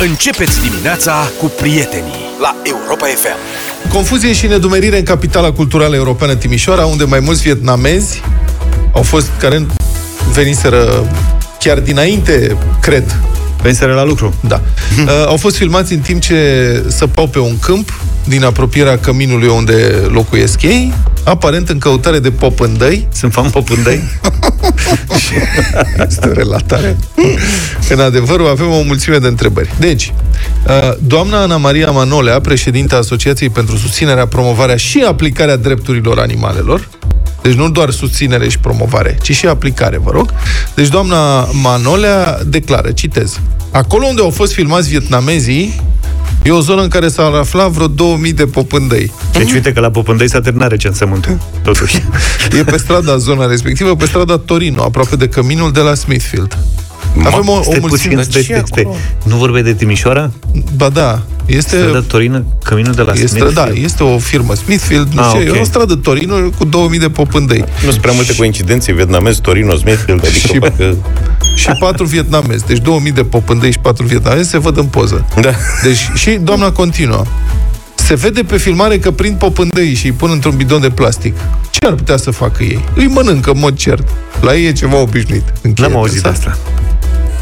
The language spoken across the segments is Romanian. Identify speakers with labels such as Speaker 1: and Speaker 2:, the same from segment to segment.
Speaker 1: Începeți dimineața cu prietenii la Europa FM.
Speaker 2: Confuzie și nedumerire în capitala culturală europeană Timișoara, unde mai mulți vietnamezi au fost care veniseră chiar dinainte, cred,
Speaker 3: Penseră la lucru.
Speaker 2: da. Uh, au fost filmați în timp ce săpau pe un câmp din apropierea căminului unde locuiesc ei, aparent în căutare de popândăi,
Speaker 3: Sunt fan popândăi.
Speaker 2: Este o relatare. În adevărul avem o mulțime de întrebări. Deci, uh, doamna Ana Maria Manolea, președinta Asociației pentru susținerea, promovarea și aplicarea drepturilor animalelor, deci nu doar susținere și promovare, ci și aplicare, vă rog. Deci doamna Manolea declară, citez, acolo unde au fost filmați vietnamezii, e o zonă în care s-ar afla vreo 2000 de popândăi.
Speaker 3: Deci uite că la popândăi s-a terminat recensământul. Totuși.
Speaker 2: E pe strada zona respectivă, pe strada Torino, aproape de căminul de la Smithfield. Avem o, o
Speaker 3: Stai
Speaker 2: mulțime
Speaker 3: puțin, stai, stai, stai. Nu vorbeai de Timișoara?
Speaker 2: Ba da, este,
Speaker 3: Strada Torină, căminul de la
Speaker 2: este,
Speaker 3: Smithfield?
Speaker 2: da, este o firmă Smithfield, nu
Speaker 3: Ah,
Speaker 2: știu,
Speaker 3: ok.
Speaker 2: e o stradă Torino cu 2000 de popândăi
Speaker 4: Nu sunt prea multe coincidențe, vietnamez, Torino, Smithfield, adică
Speaker 2: Și-
Speaker 4: parcă...
Speaker 2: și 4 vietnamezi. Deci 2000 de popândăi și 4 vietnamezi se văd în poză.
Speaker 4: Da.
Speaker 2: Deci și doamna continuă. Se vede pe filmare că prind popândăi și îi pun într-un bidon de plastic. Ce ar putea să facă ei? Îi mănâncă, în mod cert. La ei e ceva obișnuit. Încheie
Speaker 3: N-am auzit
Speaker 2: dânsa.
Speaker 3: asta.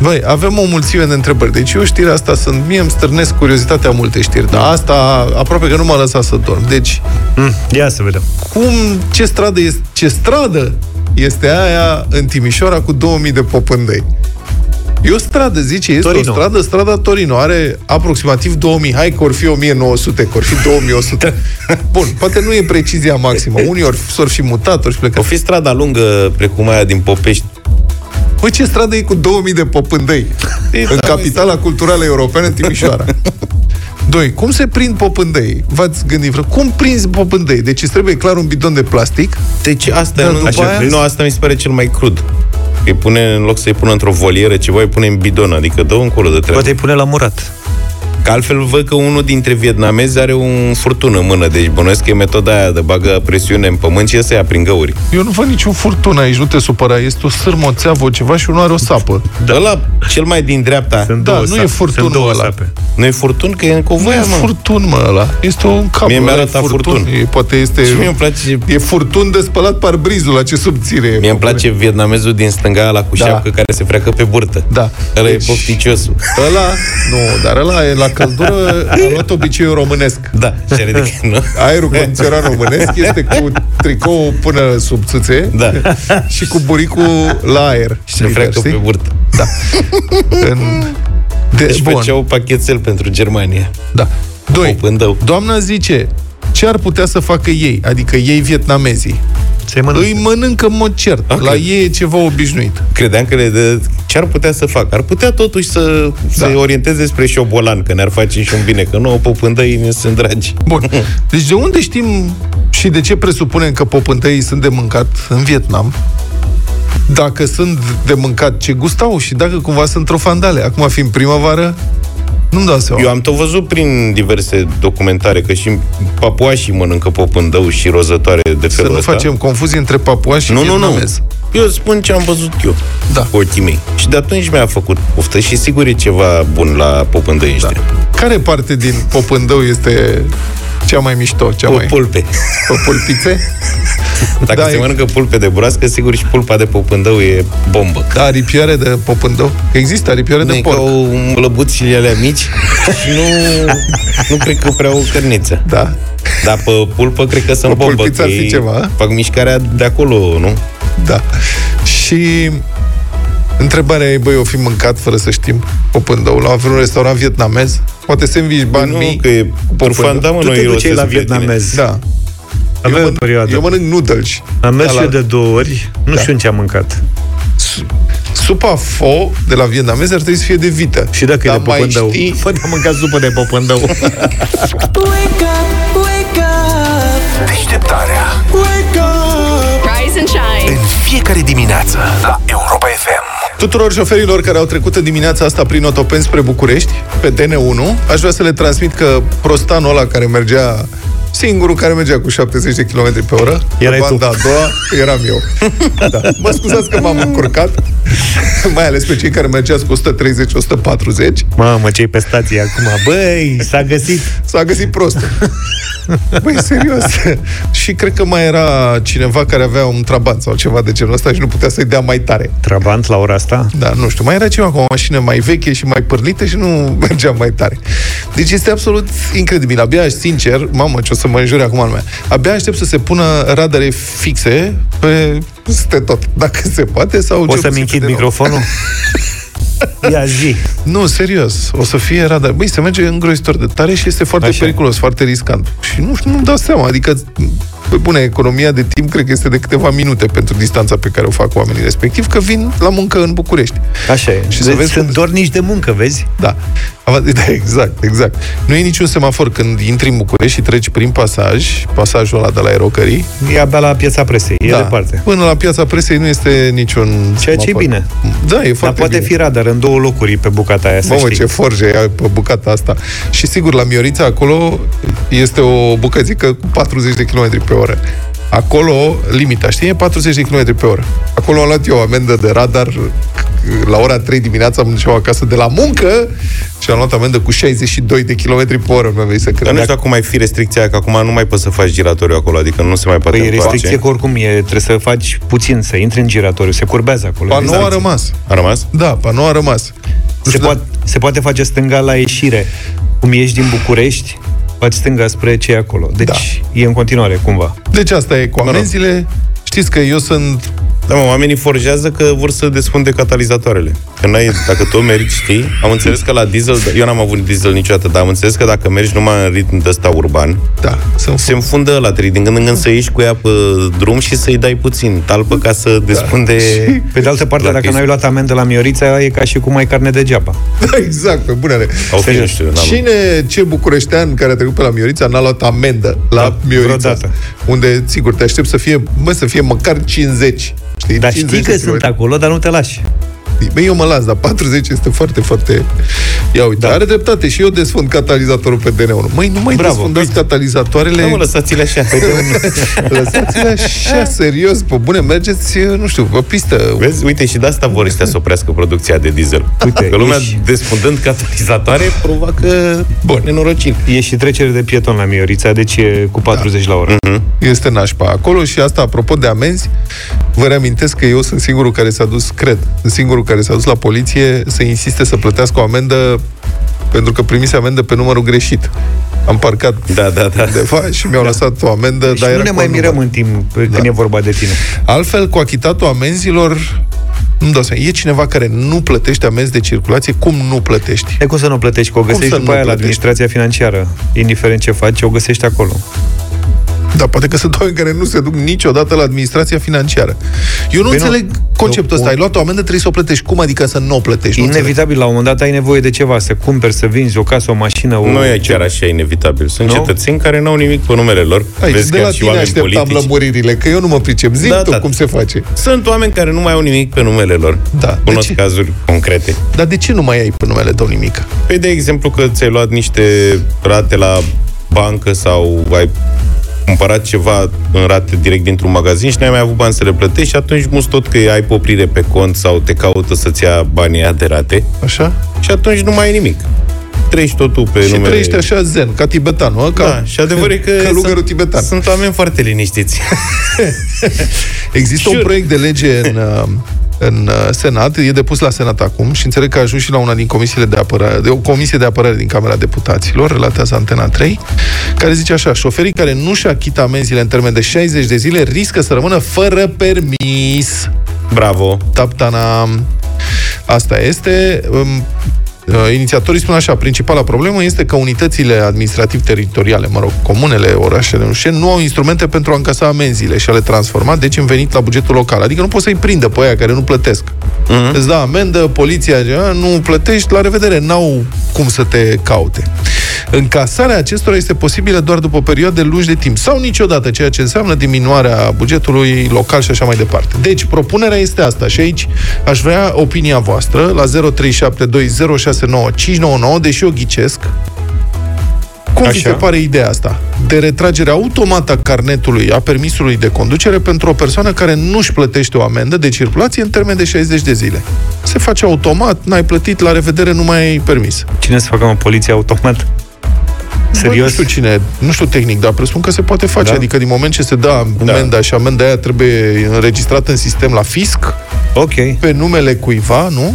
Speaker 2: Băi, avem o mulțime de întrebări. Deci eu știrea asta sunt... Mie îmi stârnesc curiozitatea multe știri, dar asta aproape că nu m-a lăsat să dorm. Deci,
Speaker 3: Mm, ia să vedem.
Speaker 2: cum, ce stradă este, ce stradă este aia în Timișoara cu 2000 de popândăi. E o stradă, zice, este
Speaker 3: Torino.
Speaker 2: o stradă, strada Torino, are aproximativ 2000, hai că ori fi 1900, că ori fi 2100. Bun, poate nu e precizia maximă, unii ori s-or fi mutat, ori fi
Speaker 4: O
Speaker 2: plecat.
Speaker 4: fi strada lungă, precum aia din Popești,
Speaker 2: Păi ce stradă e cu 2000 de popândăi în capitala culturală europeană Timișoara? Doi, cum se prind popândăi? V-ați gândit vreo? Cum prinzi popândăi? Deci îți trebuie clar un bidon de plastic,
Speaker 4: Deci asta,
Speaker 2: Dar
Speaker 4: nu,
Speaker 2: Da, după
Speaker 4: așa,
Speaker 2: aia-
Speaker 4: nu, asta mi se pare cel mai crud. Îi pune, în loc să-i pună într-o volieră ceva, îi pune în bidon, adică dă un culo de treabă.
Speaker 3: Poate îi pune la murat.
Speaker 4: Că altfel văd că unul dintre vietnamezi are un furtun în mână, deci bănuiesc că e metoda aia de bagă presiune în pământ și să ia prin găuri.
Speaker 2: Eu nu văd niciun furtun aici, nu te supăra. Este o sârmă, o țeavă, o ceva și unul are o sapă.
Speaker 4: Da. Ăla, cel mai din dreapta, Sunt...
Speaker 2: Da,
Speaker 3: două
Speaker 2: nu
Speaker 3: sape.
Speaker 2: e furtunul
Speaker 3: Sunt două
Speaker 2: ăla.
Speaker 3: sape.
Speaker 4: nu e furtun, că e în
Speaker 2: Nu e
Speaker 4: covoia, mă. Furt...
Speaker 2: furtun, mă, ăla. Este un cap.
Speaker 4: Mie mi-a
Speaker 2: ăla e
Speaker 4: arătat furtun.
Speaker 2: E, poate este...
Speaker 4: Și mie îmi place,
Speaker 2: E furtun de spălat parbrizul, la ce subțire e.
Speaker 4: mie îmi place vietnamezul din stânga la cu
Speaker 2: Da.
Speaker 4: șapcă care se freacă pe burtă.
Speaker 2: Da.
Speaker 4: Ăla
Speaker 2: Deci-
Speaker 4: e pofticiosul.
Speaker 2: Ăla, nu, dar ăla e la căldură, a luat obiceiul românesc.
Speaker 4: Da, și ridică, nu?
Speaker 2: Aerul condiționat românesc este cu tricou până sub țâțe
Speaker 4: Da.
Speaker 2: și cu buricul la aer.
Speaker 4: Se freacă pe burtă. Da.
Speaker 2: În... Deci,
Speaker 4: Deci
Speaker 2: bun,
Speaker 4: făceau pachetel pentru Germania.
Speaker 2: da. Doi.
Speaker 4: Popândău.
Speaker 2: Doamna zice, ce ar putea să facă ei, adică ei vietnamezii?
Speaker 3: Se mănâncă.
Speaker 2: Îi mănâncă în mod cert. La ei e ceva obișnuit.
Speaker 4: Credeam că le dă... Ce ar putea să facă? Ar putea totuși să da. se orienteze spre șobolan, că ne-ar face și un bine, că nu, popândăii ne sunt dragi.
Speaker 2: Bun. Deci de unde știm și de ce presupunem că popântăii sunt de mâncat în Vietnam? Dacă sunt de mâncat, ce gustau și dacă cumva sunt trofandale. Acum fiind primăvară, nu-mi dau seama.
Speaker 4: Eu am tot văzut prin diverse documentare că și papuașii mănâncă popândău și rozătoare de felul
Speaker 2: Să nu
Speaker 4: ăsta.
Speaker 2: facem confuzii între papua și
Speaker 4: Nu, nu, nu.
Speaker 2: vietnamez.
Speaker 4: Eu spun ce am văzut eu
Speaker 2: Da.
Speaker 4: cu ochii mei. Și de atunci mi-a făcut poftă și sigur e ceva bun la popândăi da.
Speaker 2: Care parte din popândău este cea mai mișto, cea mai...
Speaker 4: Pulpe.
Speaker 2: Pulpițe?
Speaker 4: Dacă
Speaker 2: Da,
Speaker 4: se
Speaker 2: e-
Speaker 4: mănâncă pulpe de broască, sigur și pulpa de popândău e bombă.
Speaker 2: Da, aripioare de popândău. Că există aripioare
Speaker 4: Nu
Speaker 2: de
Speaker 4: e
Speaker 2: porc.
Speaker 4: ca un lăbuț și alea mici și nu, nu cred că prea o cărniță.
Speaker 2: Da.
Speaker 4: Dar pe pulpă cred că sunt
Speaker 2: Pe
Speaker 4: bombă.
Speaker 2: pulpiță
Speaker 4: că
Speaker 2: ar fi
Speaker 4: ei
Speaker 2: ceva.
Speaker 4: Fac mișcarea de acolo, nu?
Speaker 2: Da. Și întrebarea e, băi, o fi mâncat fără să știm popândău la vreun restaurant vietnamez? Poate să învici
Speaker 3: Păi
Speaker 2: bani
Speaker 4: nu,
Speaker 2: mic?
Speaker 4: că e purfan, da, mă,
Speaker 3: Tu
Speaker 4: noi
Speaker 3: te
Speaker 4: eu
Speaker 3: duceai
Speaker 4: să
Speaker 3: la
Speaker 4: fie tine.
Speaker 3: vietnamez.
Speaker 2: Da.
Speaker 3: Avem
Speaker 2: eu,
Speaker 3: o perioadă.
Speaker 2: eu mănânc noodles.
Speaker 3: Am mers
Speaker 2: Da,
Speaker 3: și
Speaker 2: la- Da.
Speaker 3: eu de două ori, nu știu în ce am mâncat.
Speaker 2: Supa pho de la vietnamez ar trebui să fie de vită.
Speaker 3: Și dacă
Speaker 2: Dar
Speaker 3: e de popândău.
Speaker 2: Mai știi,
Speaker 3: Poate am mâncat supă de popândău.
Speaker 5: Wake up, wake up,
Speaker 1: Deșteptarea
Speaker 5: wake up.
Speaker 6: Rise and shine.
Speaker 1: în fiecare dimineață la Europa FM.
Speaker 2: Tuturor șoferilor care au trecut în dimineața asta prin Otopen spre București, pe DN1, aș vrea să le transmit că prostanul ăla care mergea Singurul care mergea cu 70 de km pe oră
Speaker 3: Erai
Speaker 2: Pe
Speaker 3: tu.
Speaker 2: banda a doua eram eu da. Mă scuzați că m-am încurcat Mai ales pe cei care mergeați cu 130-140
Speaker 3: Mamă, ce pe stație acum. Băi, s-a găsit.
Speaker 2: S-a găsit prost. Băi, serios. și cred că mai era cineva care avea un trabant sau ceva de genul ăsta și nu putea să-i dea mai tare.
Speaker 3: Trabant la ora asta?
Speaker 2: Da, nu știu, mai era ceva cu o mașină mai veche și mai pârlită și nu mergea mai tare. Deci este absolut incredibil. Abia, sincer, mamă, ce o să mă înjure acum lumea, abia aștept să se pună radare fixe pe peste tot, dacă se poate, sau
Speaker 3: O
Speaker 2: cel
Speaker 3: să-mi
Speaker 2: puțin
Speaker 3: închid
Speaker 2: pe de nou.
Speaker 3: microfonul? Ia zi.
Speaker 2: Nu, serios, o să fie radar. Băi, se merge îngrozitor de tare și este foarte
Speaker 3: Așa.
Speaker 2: Așa. periculos, foarte riscant. Și nu știu, nu-mi dau seama, adică, pe bune, economia de timp cred că este de câteva minute pentru distanța pe care o fac oamenii respectiv, că vin la muncă în București.
Speaker 3: Așa e.
Speaker 2: Și
Speaker 3: Și
Speaker 2: să
Speaker 3: vezi,
Speaker 2: vezi
Speaker 3: sunt
Speaker 2: cum-
Speaker 3: doar nici de muncă, vezi?
Speaker 2: Da. Ava- da, exact, exact. Nu e niciun semafor când intri în București și treci prin pasaj, pasajul ăla de la Erocării.
Speaker 3: E abia la piața presei, e
Speaker 2: da.
Speaker 3: departe.
Speaker 2: Până la piața presei nu este niciun
Speaker 3: Ceea ce e
Speaker 2: semafor.
Speaker 3: bine.
Speaker 2: Da, e foarte
Speaker 3: Dar poate
Speaker 2: bine.
Speaker 3: fi radar în două locuri pe bucata aia, să
Speaker 2: Mamă,
Speaker 3: știi.
Speaker 2: ce forje e pe bucata asta. Și sigur, la Miorița, acolo, este o bucățică cu 40 de km pe oră. Acolo, limita, știi, e 40 de km pe oră. Acolo am luat eu o amendă de radar c- la ora 3 dimineața am început acasă de la muncă și am luat amendă cu 62 de km pe oră, mi-am venit să
Speaker 4: Dar
Speaker 2: cred.
Speaker 4: nu
Speaker 2: Dacă...
Speaker 4: știu acum mai fi restricția aia, că acum nu mai poți să faci giratoriu acolo, adică nu se mai poate
Speaker 3: Păi e
Speaker 4: întoarce.
Speaker 3: restricție că oricum e, trebuie să faci puțin, să intri în giratoriu, se curbează acolo.
Speaker 2: Panou a
Speaker 3: Exact.
Speaker 2: rămas.
Speaker 4: A rămas?
Speaker 2: Da, panou a rămas. Nu
Speaker 3: Se,
Speaker 2: știu,
Speaker 3: poate, se poate face stânga la ieșire. Cum ieși din București, faci stânga spre ce e acolo. Deci
Speaker 2: Da.
Speaker 3: e în continuare, cumva.
Speaker 2: Deci asta e cu
Speaker 4: rog.
Speaker 2: amenziile. Știți că eu sunt
Speaker 4: Da, mă, oamenii forjează că vor să desfund de catalizatoarele. Că n-ai, dacă tu mergi, știi, am înțeles că la diesel, eu n-am avut diesel niciodată, dar am înțeles că dacă mergi numai în ritm de ăsta urban,
Speaker 2: da, sunt
Speaker 4: se înfundă la trei, din când în când să ieși cu ea pe drum și să-i dai puțin talpă ca să desfunde...
Speaker 3: Pe de altă parte,
Speaker 4: Dacă
Speaker 3: dacă
Speaker 4: e-
Speaker 3: n-ai luat amendă la Miorița, e ca și cum ai carne degeaba.
Speaker 2: Da, exact, pe bunele.
Speaker 4: Au fi, nu știu, n-am-
Speaker 2: Cine, ce bucureștean care a trecut pe la Miorița n-a luat amendă la
Speaker 3: Da,
Speaker 2: Miorița?
Speaker 3: vreodată.
Speaker 2: Unde, sigur, te aștept să fie, mă, să fie măcar 50. Știi?
Speaker 3: Dar știi
Speaker 2: 50
Speaker 3: că
Speaker 2: de
Speaker 3: sunt
Speaker 2: kilometri.
Speaker 3: acolo, dar nu te lași.
Speaker 2: Băi, eu mă las, dar 40 este foarte, foarte... Ia uite, da. are dreptate și eu desfund catalizatorul pe DN1. Măi, nu mai
Speaker 3: Bravo,
Speaker 2: desfundați catalizatoarele...
Speaker 4: Da, mă, lăsați-le așa.
Speaker 2: Lăsați-le așa, serios, pe bune, mergeți, nu știu, pe pistă.
Speaker 4: Vezi, uite, și de asta vor ăștia să oprească producția de diesel.
Speaker 3: Uite,
Speaker 4: că lumea,
Speaker 3: ieși.
Speaker 4: desfundând catalizatoare, provoacă Bun. nenorociri.
Speaker 3: E și trecere de pieton la Miorița, deci e cu
Speaker 2: Da.
Speaker 3: 40 la oră.
Speaker 2: Mm-hmm. este nașpa acolo și asta, apropo de amenzi, vă reamintesc că eu sunt singurul care s-a dus, cred, sunt singurul care s-a dus la poliție să insiste să plătească o amendă pentru că primise amendă pe numărul greșit. Am parcat
Speaker 4: Da, da, da.
Speaker 2: undeva și mi-au lăsat o amendă,
Speaker 3: Deci
Speaker 2: dar
Speaker 3: nu
Speaker 2: era
Speaker 3: ne
Speaker 2: cu
Speaker 3: mai
Speaker 2: alt
Speaker 3: mirăm
Speaker 2: număr.
Speaker 3: în timp da. când e vorba de tine.
Speaker 2: Altfel, cu achitatul amenzilor, nu dau seama, e cineva care nu plătește amenzi de circulație, cum nu plătești?
Speaker 3: E cum să nu o plătești? Că o găsești
Speaker 2: să
Speaker 3: după
Speaker 2: nu
Speaker 3: aia la
Speaker 2: plătești?
Speaker 3: administrația financiară. Indiferent ce faci, o găsești acolo.
Speaker 2: Dar poate că sunt oameni care nu se duc niciodată la administrația financiară. Eu nu
Speaker 3: Păi nu.
Speaker 2: înțeleg conceptul
Speaker 3: Nu,
Speaker 2: ăsta.
Speaker 3: o-
Speaker 2: Ai luat o amendă, trebuie să o plătești. Cum adică să nu o plătești? Nu înțeleg.
Speaker 3: Inevitabil, la un moment dat ai nevoie de ceva, să cumperi, să vinzi o casă, o mașină, o...
Speaker 4: Nu e chiar așa inevitabil. Sunt
Speaker 3: Nu?
Speaker 4: cetățeni care n-au nimic pe numele lor.
Speaker 2: Aici,
Speaker 4: Vezi
Speaker 2: de
Speaker 4: că
Speaker 2: la
Speaker 4: și
Speaker 2: tine
Speaker 4: oameni
Speaker 2: așteptam
Speaker 4: politici.
Speaker 2: lămuririle, că eu nu mă pricep. Zi
Speaker 4: Da,
Speaker 2: tu
Speaker 4: da.
Speaker 2: cum se face.
Speaker 4: Sunt oameni care nu mai au nimic pe numele lor.
Speaker 2: Da. De
Speaker 4: Cunosc
Speaker 2: ce?
Speaker 4: cazuri concrete.
Speaker 2: Dar de ce nu mai ai pe numele tău nimic?
Speaker 4: Păi, de exemplu, că ți-ai luat niște rate la bancă sau ai cumpărat ceva în rate direct dintr-un magazin și n-ai mai avut bani să le plătești și atunci mus tot că ai poprire pe cont sau te caută să-ți ia banii aia de rate
Speaker 2: Așa?
Speaker 4: și atunci nu mai ai nimic. Treci totul pe
Speaker 2: Și
Speaker 4: numele...
Speaker 2: trăiești așa zen, ca tibetanul, ă, ca
Speaker 4: Da, și adevărul e că
Speaker 2: călugărul
Speaker 4: sunt,
Speaker 2: tibetan.
Speaker 4: sunt oameni foarte liniștiți.
Speaker 2: Există un
Speaker 4: Sure.
Speaker 2: proiect de lege în, uh, în uh, Senat, e depus la Senat acum și înțeleg că a ajuns și la una din comisiile de apărare, de o comisie de apărare din Camera Deputaților, relatează Antena 3, care zice așa, șoferii care nu-și achită amenziile în termen de 60 de zile riscă să rămână fără permis.
Speaker 4: Bravo!
Speaker 2: Taptana. Asta este. Um, uh, Inițiatorii spun așa, principala problemă este că unitățile administrativ-teritoriale, mă rog, comunele, orașele, nu știu, ce, nu au instrumente pentru a încasa amenziile și a le transforma, deci în venit la bugetul local. Adică nu poți să-i prindă pe aia care nu plătesc. Mm-hmm. Îți da amendă, poliția, a, nu plătești, la revedere, n-au cum să te caute. Încasarea acestora este posibilă doar după perioade lungi de timp sau niciodată, ceea ce înseamnă diminuarea bugetului local și așa mai departe. Deci, propunerea este asta și aici aș vrea opinia voastră la 0372069599, deși eu ghicesc Cum Așa. vi
Speaker 3: Așa.
Speaker 2: se pare ideea asta? De retragere automată a carnetului, a permisului de conducere pentru o persoană care nu-și plătește o amendă de circulație în termen de 60 de zile. Se face automat, n-ai plătit, la revedere, nu mai ai permis.
Speaker 3: Cine să facă, mă, poliție automat?
Speaker 2: Bă, nu
Speaker 3: Serios?
Speaker 2: știu cine, nu știu tehnic, dar presupun că se poate face. Da?
Speaker 3: Da?
Speaker 2: Adică din moment ce se dă amenda da. și amenda aia trebuie înregistrată în sistem la fisc,
Speaker 3: Ok.
Speaker 2: pe numele cuiva, nu?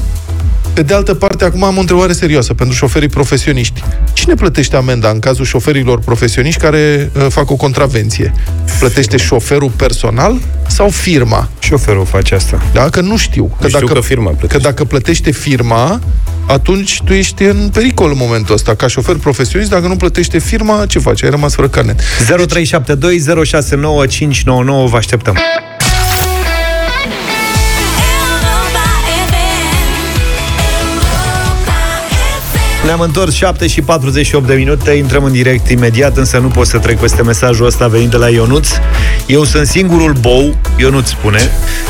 Speaker 2: Pe de altă parte, acum am o întrebare serioasă pentru șoferii profesioniști. Cine plătește amenda în cazul șoferilor profesioniști care uh, fac o contravenție? Plătește șoferul personal sau firma?
Speaker 3: Șoferul face asta.
Speaker 2: Da? Că nu știu. Că
Speaker 7: Nu știu că firma
Speaker 2: Că
Speaker 7: plătește.
Speaker 2: dacă plătește firma, atunci tu ești în pericol în momentul ăsta. Ca șofer profesionist, dacă nu plătește firma, ce faci? Ai rămas fără carnet.
Speaker 3: 0372 069599 vă așteptăm. Ne-am întors 7 și 48 de minute, intrăm în direct imediat, însă nu pot să trec peste mesajul ăsta venit de la Ionuț. Eu sunt singurul bou, Ionuț spune,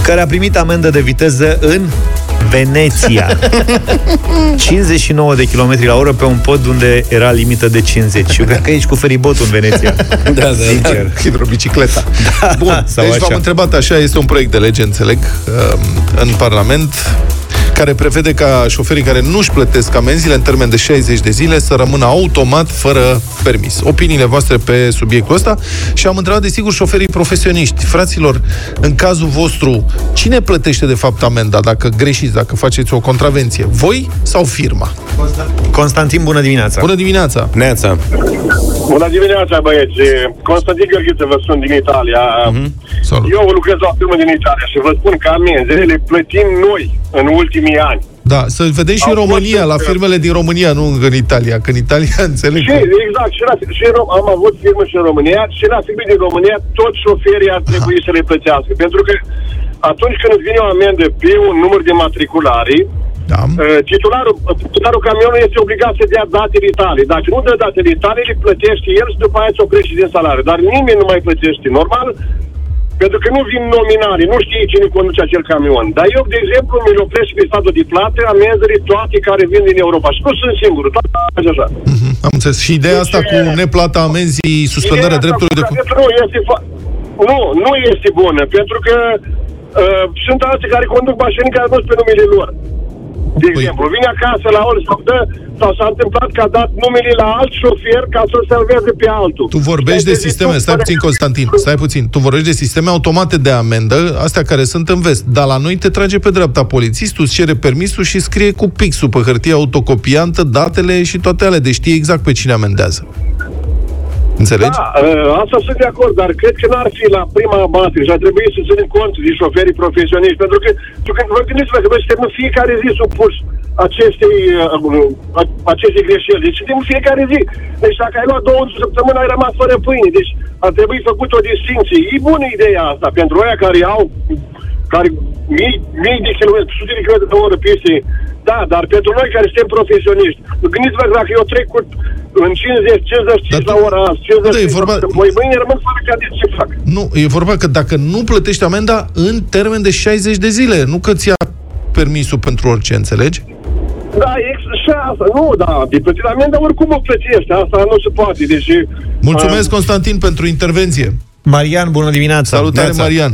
Speaker 3: care a primit amendă de viteză în Veneția. 59 de km la oră pe un pod unde era limită de 50. Eu cred că ești cu feribotul în Veneția. Da, Sincer.
Speaker 2: Hidrobicicleta.
Speaker 7: Da.
Speaker 2: Bun,
Speaker 3: Sau
Speaker 2: deci
Speaker 3: așa.
Speaker 2: v-am întrebat așa, este un proiect de lege, înțeleg, um, în Parlament, care prevede ca șoferii care nu-și plătesc amenziile în termen de 60 de zile să rămână automat fără permis. Opiniile voastre pe subiectul ăsta și am întrebat, desigur, șoferii profesioniști. Fraților, în cazul vostru, cine plătește de fapt amenda dacă greșiți, dacă faceți o contravenție? Voi sau firma?
Speaker 3: Constantin, bună dimineața.
Speaker 2: Bună dimineața!
Speaker 7: Neața.
Speaker 6: Bună dimineața, băieți! Constantin Gheorghiță vă sunt din Italia. Mm-hmm.
Speaker 2: Salut!
Speaker 6: Eu lucrez la o firmă din Italia și vă spun că amenzile le plătim noi în ultimii ani.
Speaker 2: Da, să vedem și în
Speaker 6: Au fost
Speaker 2: România, la
Speaker 6: întrebat.
Speaker 2: firmele din România, nu în Italia, că în Italia înțeleg.
Speaker 6: Și, exact, și, la, și în Rom- am avut firmă și în România și la firme din România toți șoferii ar trebui să le plătească. Pentru că atunci când îți vine o amendă pe un număr de matriculare,
Speaker 2: Da.
Speaker 6: uh, titularul, titularul camionului este obligat să dea datele tale. Dacă nu dă datele tale, le plătește el și după aia ți-o crește din salariu. Dar nimeni nu mai plătește. Normal, pentru că nu vin nominale, nu știi cine conduce acel camion. Dar eu, de exemplu, mi-l opresc pe statul de plată amenzele toate care vin din Europa. Și nu sunt singurul, toate așa.
Speaker 2: Mhm, Am înțeles. Și ideea asta
Speaker 6: Deci,
Speaker 2: cu neplata amenzii, suspendarea
Speaker 6: Ideea asta
Speaker 2: dreptului de...
Speaker 6: cu dreptul Nu este, fa- nu, nu este bună, pentru că uh, sunt alții care conduc mașini care nu sunt pe numele lor. De
Speaker 2: Păi-
Speaker 6: exemplu, vine acasă la ori sau, dă, sau s-a întâmplat că a dat numele la alt șofer ca să-l salveze pe altul. Deci
Speaker 2: Tu vorbești de sisteme, stai puțin, Constantin, stai puțin. Tu vorbești de sisteme automate de amendă, astea care sunt în vest. Dar la noi te trage pe dreapta polițistul, îți cere permisul și scrie cu pixul pe hârtie autocopiantă datele și toate alea, deci știi exact pe cine amendează. Înțelegi?
Speaker 6: Da, uh, asta sunt de acord, dar cred că n-ar fi la prima abatere și ar trebui să ținem cont de șoferii profesioniști, pentru că tu când vă gândiți-vă că noi suntem în fiecare zi supuși acestei, uh, a- acestei greșeli. Deci suntem în fiecare zi. Deci dacă ai luat două într-o săptămână, ai rămas fără pâine. Deci ar trebui făcut o distinție. E bună ideea asta pentru aia care au care mii, mii de kilometri, sute de kilometri pe oră peste. Da, dar pentru noi care suntem profesioniști, gândiți-vă că dacă eu trec cu în 50, 55
Speaker 2: Dar
Speaker 6: la
Speaker 2: tu-
Speaker 6: ora asta, 50
Speaker 2: Da, e vorba-
Speaker 6: Voi mâine rămân fără cadet, ce fac?
Speaker 2: Nu, e vorba că dacă nu plătești amenda în termen de 60 de zile, nu că ți-a permisul pentru orice, înțelegi?
Speaker 6: Da, ex, și asta, nu, da, de plătit amendă, oricum o plătești, asta nu se poate, deci...
Speaker 2: Mulțumesc, Constantin, pentru intervenție.
Speaker 3: Marian, bună dimineața.
Speaker 2: Salutare,
Speaker 3: Neața.
Speaker 2: Marian.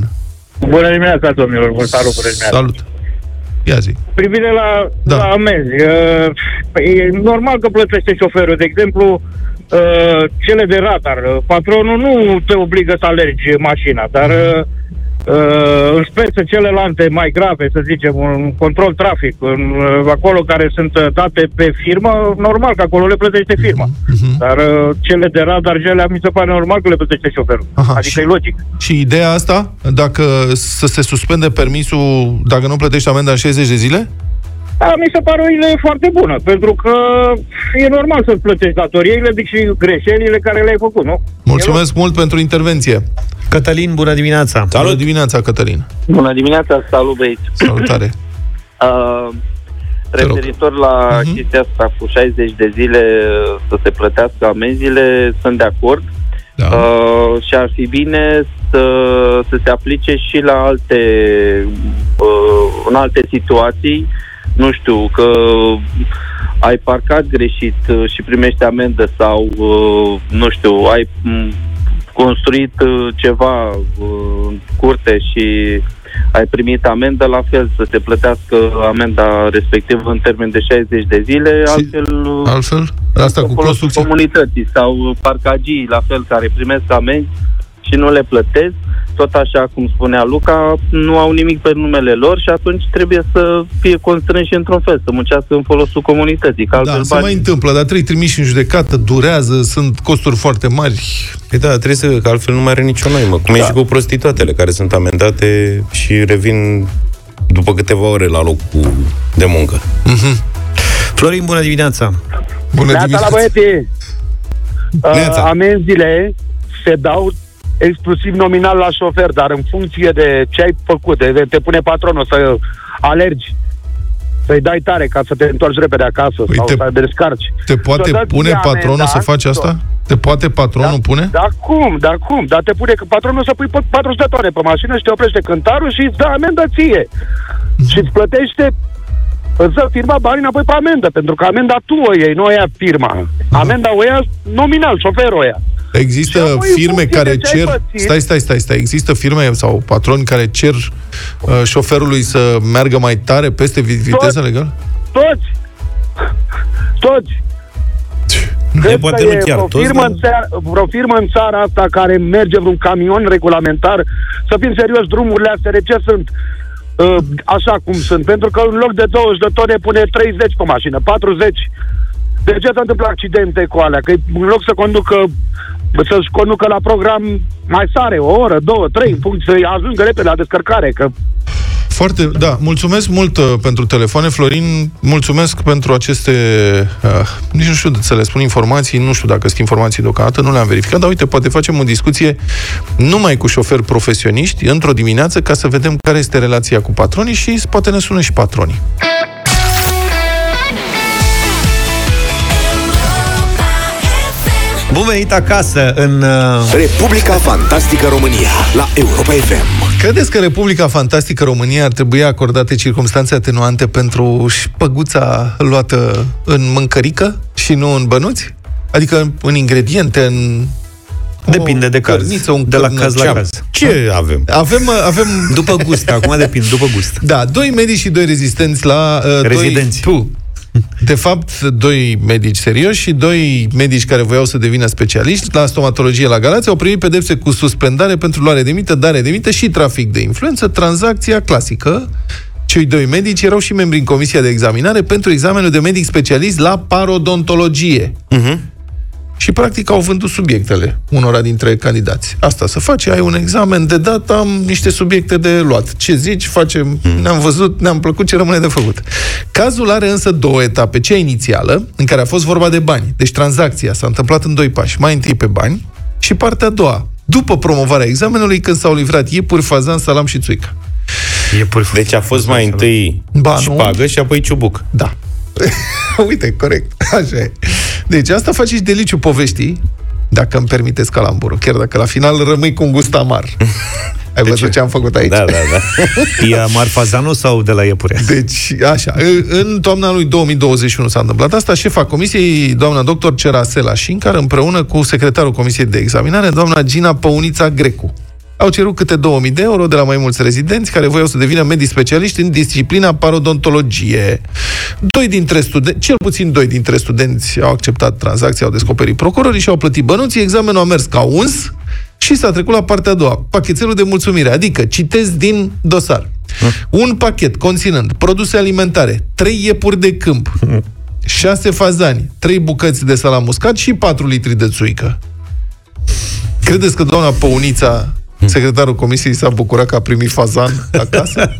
Speaker 8: Bună dimineața, domnilor! Vă salut, bună dimineața!
Speaker 2: Salut. Ia zi.
Speaker 8: Privire la, da.
Speaker 2: Da.
Speaker 8: la amenzi, uh, e normal că plătește șoferul. De exemplu, uh, cele de radar. Patronul nu te obligă să alergi mașina, dar uh, uh, în speță celelalte mai grave, să zicem, un control trafic, un, uh, acolo care sunt uh, date pe firmă, normal că acolo le plătește firma.
Speaker 2: Mhm,
Speaker 8: Dar uh, cele de radar, cele mi se pare normal că le plătește șoferul.
Speaker 2: Aha,
Speaker 8: adică
Speaker 2: și-
Speaker 8: e logic.
Speaker 2: Și ideea asta, dacă să se suspende permisul dacă nu plătești amenda în 60 de zile?
Speaker 8: Da, mi se pare o idee foarte bună, pentru că e normal să-ți plătești datoriile deci și greșelile care le-ai făcut, nu?
Speaker 2: Mulțumesc mult pentru intervenție.
Speaker 3: Cătălin, bună dimineața.
Speaker 2: Bună dimineața, Cătălin.
Speaker 9: Bună dimineața, salut băieți.
Speaker 2: Salutare.
Speaker 9: Uh,
Speaker 2: Te rog.
Speaker 9: referitor la
Speaker 2: Mhm.
Speaker 9: uh-huh. chestia asta cu 60 de zile uh, să se plătească amenziile, sunt de acord
Speaker 2: Da.
Speaker 9: uh, și ar fi bine să, să se aplice și la alte, uh, în alte situații
Speaker 10: nu știu, că ai parcat greșit uh, și primești amendă sau, uh, nu știu, ai mm, construit uh, ceva uh, în curte și ai primit amendă, la fel să te plătească amenda respectiv în termen de 60 de zile,
Speaker 2: Și-
Speaker 10: altfel... uh,
Speaker 2: Altfel? Asta
Speaker 10: acolo
Speaker 2: cu
Speaker 10: sunt
Speaker 2: construcția?
Speaker 10: comunității sau parcagii la fel care primesc amenzi și nu le plătesc, tot așa cum spunea Luca, nu au nimic pe numele lor și atunci trebuie să fie constrânși într-un fel, să muncească în folosul comunității, că altfel
Speaker 2: Da,
Speaker 10: da,
Speaker 2: se
Speaker 10: bani...
Speaker 2: mai întâmplă, dar trei trimiși în judecată durează, sunt costuri foarte mari.
Speaker 4: Păi da, trebuie să, că altfel nu mai are nicio noimă. Cum da. e și cu prostituatele care sunt amendate și revin după câteva ore la locul de muncă.
Speaker 3: Florin, bună dimineața!
Speaker 2: Bună
Speaker 11: Neața la
Speaker 2: dimineața!
Speaker 11: băieții! Uh,
Speaker 2: Neața.
Speaker 11: amenziile se dau exclusiv nominal la șofer, dar în funcție de ce ai făcut, de, de te pune patronul să alergi, să-i dai tare ca să te întorci repede acasă
Speaker 2: Păi
Speaker 11: sau
Speaker 2: te-
Speaker 11: să te descarci.
Speaker 2: Te
Speaker 11: Să
Speaker 2: poate
Speaker 11: dați
Speaker 2: pune
Speaker 11: ea
Speaker 2: patronul
Speaker 11: amenda, Da.
Speaker 2: să faci asta? Te poate patronul pune?
Speaker 11: Dar cum, dar cum? Dar te pune că patronul să pui pe- 40 de tone pe mașină și te oprește cântarul și îți dă amendă ție. Și îți plătește îți dă firma banii înapoi pe amendă, pentru că amenda tu o iei, nu o ia firma. Amenda o ia nominal, șoferul o ia. Și
Speaker 2: Există
Speaker 11: apoi, în
Speaker 2: firme
Speaker 11: funcție
Speaker 2: care
Speaker 11: de ce ai
Speaker 2: cer...
Speaker 11: pățit-
Speaker 2: Stai, stai, stai, stai. Există firme sau patroni care cer uh, șoferului să meargă mai tare peste vi- viteza legală?
Speaker 11: Toți! Toți! Cred
Speaker 4: poate
Speaker 11: că
Speaker 4: nu
Speaker 11: e
Speaker 4: chiar
Speaker 11: vreo,
Speaker 4: toți,
Speaker 11: firmă
Speaker 4: dar-
Speaker 11: în țara, vreo firmă în țara asta care merge vreun camion regulamentar, să fim serioși, drumurile astea de ce sunt uh, așa cum sunt? Pentru că în loc de 20 de tone pune 30 pe mașină, 40. De ce se întâmplă accidente cu alea? Că în loc să conducă să-și conducă la program mai sare, o oră, două, trei, în funcție, să ajungă repede la descărcare, că
Speaker 2: Foarte, da. Mulțumesc mult uh, pentru telefoane, Florin. Mulțumesc pentru aceste, uh, nici nu știu să le spun informații, nu știu dacă sunt informații deocamdată, nu le-am verificat, dar uite, poate facem o discuție numai cu șoferi profesioniști într-o dimineață ca să vedem care este relația cu patronii și poate ne sună și patronii.
Speaker 3: Bun venit acasă în... uh,
Speaker 1: Republica Fantastică România la Europa FM.
Speaker 2: Credeți că Republica Fantastică România ar trebui acordate circunstanțe atenuante pentru șpăguța luată în mâncărică și nu în bănuți? Adică în ingrediente, în... oh,
Speaker 3: Depinde de caz.
Speaker 2: cărniță, un
Speaker 3: de la
Speaker 2: cârnăcean.
Speaker 3: caz la caz.
Speaker 4: Ce avem?
Speaker 2: Avem, uh, avem
Speaker 3: După gust, acum depinde, după gust.
Speaker 2: Da, doi medici și doi rezistenți la... Uh,
Speaker 3: Rezidenți.
Speaker 2: Doi, tu. De fapt, doi medici serioși și doi medici care voiau să devină specialiști la stomatologie la Galați au primit pedepse cu suspendare pentru luare de mită, dare de mită și trafic de influență, tranzacția clasică. Cei doi medici erau și membri în comisia de examinare pentru examenul de medic specialist la parodontologie. Și practic au vândut subiectele unora dintre candidați. Asta să faci, ai un examen de dat, am niște subiecte de luat. Ce zici, facem, ne-am văzut, ne-am plăcut, ce rămâne de făcut. Cazul are însă două etape. Cea inițială, în care a fost vorba de bani. Deci tranzacția s-a întâmplat în doi pași. Mai întâi pe bani și partea a doua, după promovarea examenului, când s-au livrat iepuri, fazan, salam și țuică.
Speaker 3: E pur
Speaker 4: Deci a fost mai întâi
Speaker 2: Ba, nu.
Speaker 4: șpagă și apoi ciubuc.
Speaker 2: Da. Uite, corect. Așa e. Deci asta face și deliciu poveștii, dacă îmi permiteți calamburul, chiar dacă la final rămâi cu un gust amar. Ai văzut ce? am făcut aici?
Speaker 4: Da, da, da.
Speaker 3: E amar fazanul sau de la iepure?
Speaker 2: Deci, așa, în- în toamna lui 2021 s-a întâmplat asta. Șefa comisiei, doamna doctor Cerasela Șincar, împreună cu secretarul comisiei de examinare, doamna Gina Păunița Grecu. Au cerut câte 2000 de euro de la mai mulți rezidenți care voiau să devină medici specialiști în disciplina parodontologie. Doi dintre studenți, cel puțin doi dintre studenți au acceptat tranzacția, au descoperit procurorii și au plătit bănuții, examenul a mers ca uns și s-a trecut la partea a doua, pachetelul de mulțumire, adică citesc din dosar. Un pachet conținând produse alimentare, trei iepuri de câmp, 6 fazani, 3 bucăți de salam uscat și 4 litri de țuică. Credeți că doamna Păunița, secretarul comisiei, s-a bucurat că a primit fazan acasă?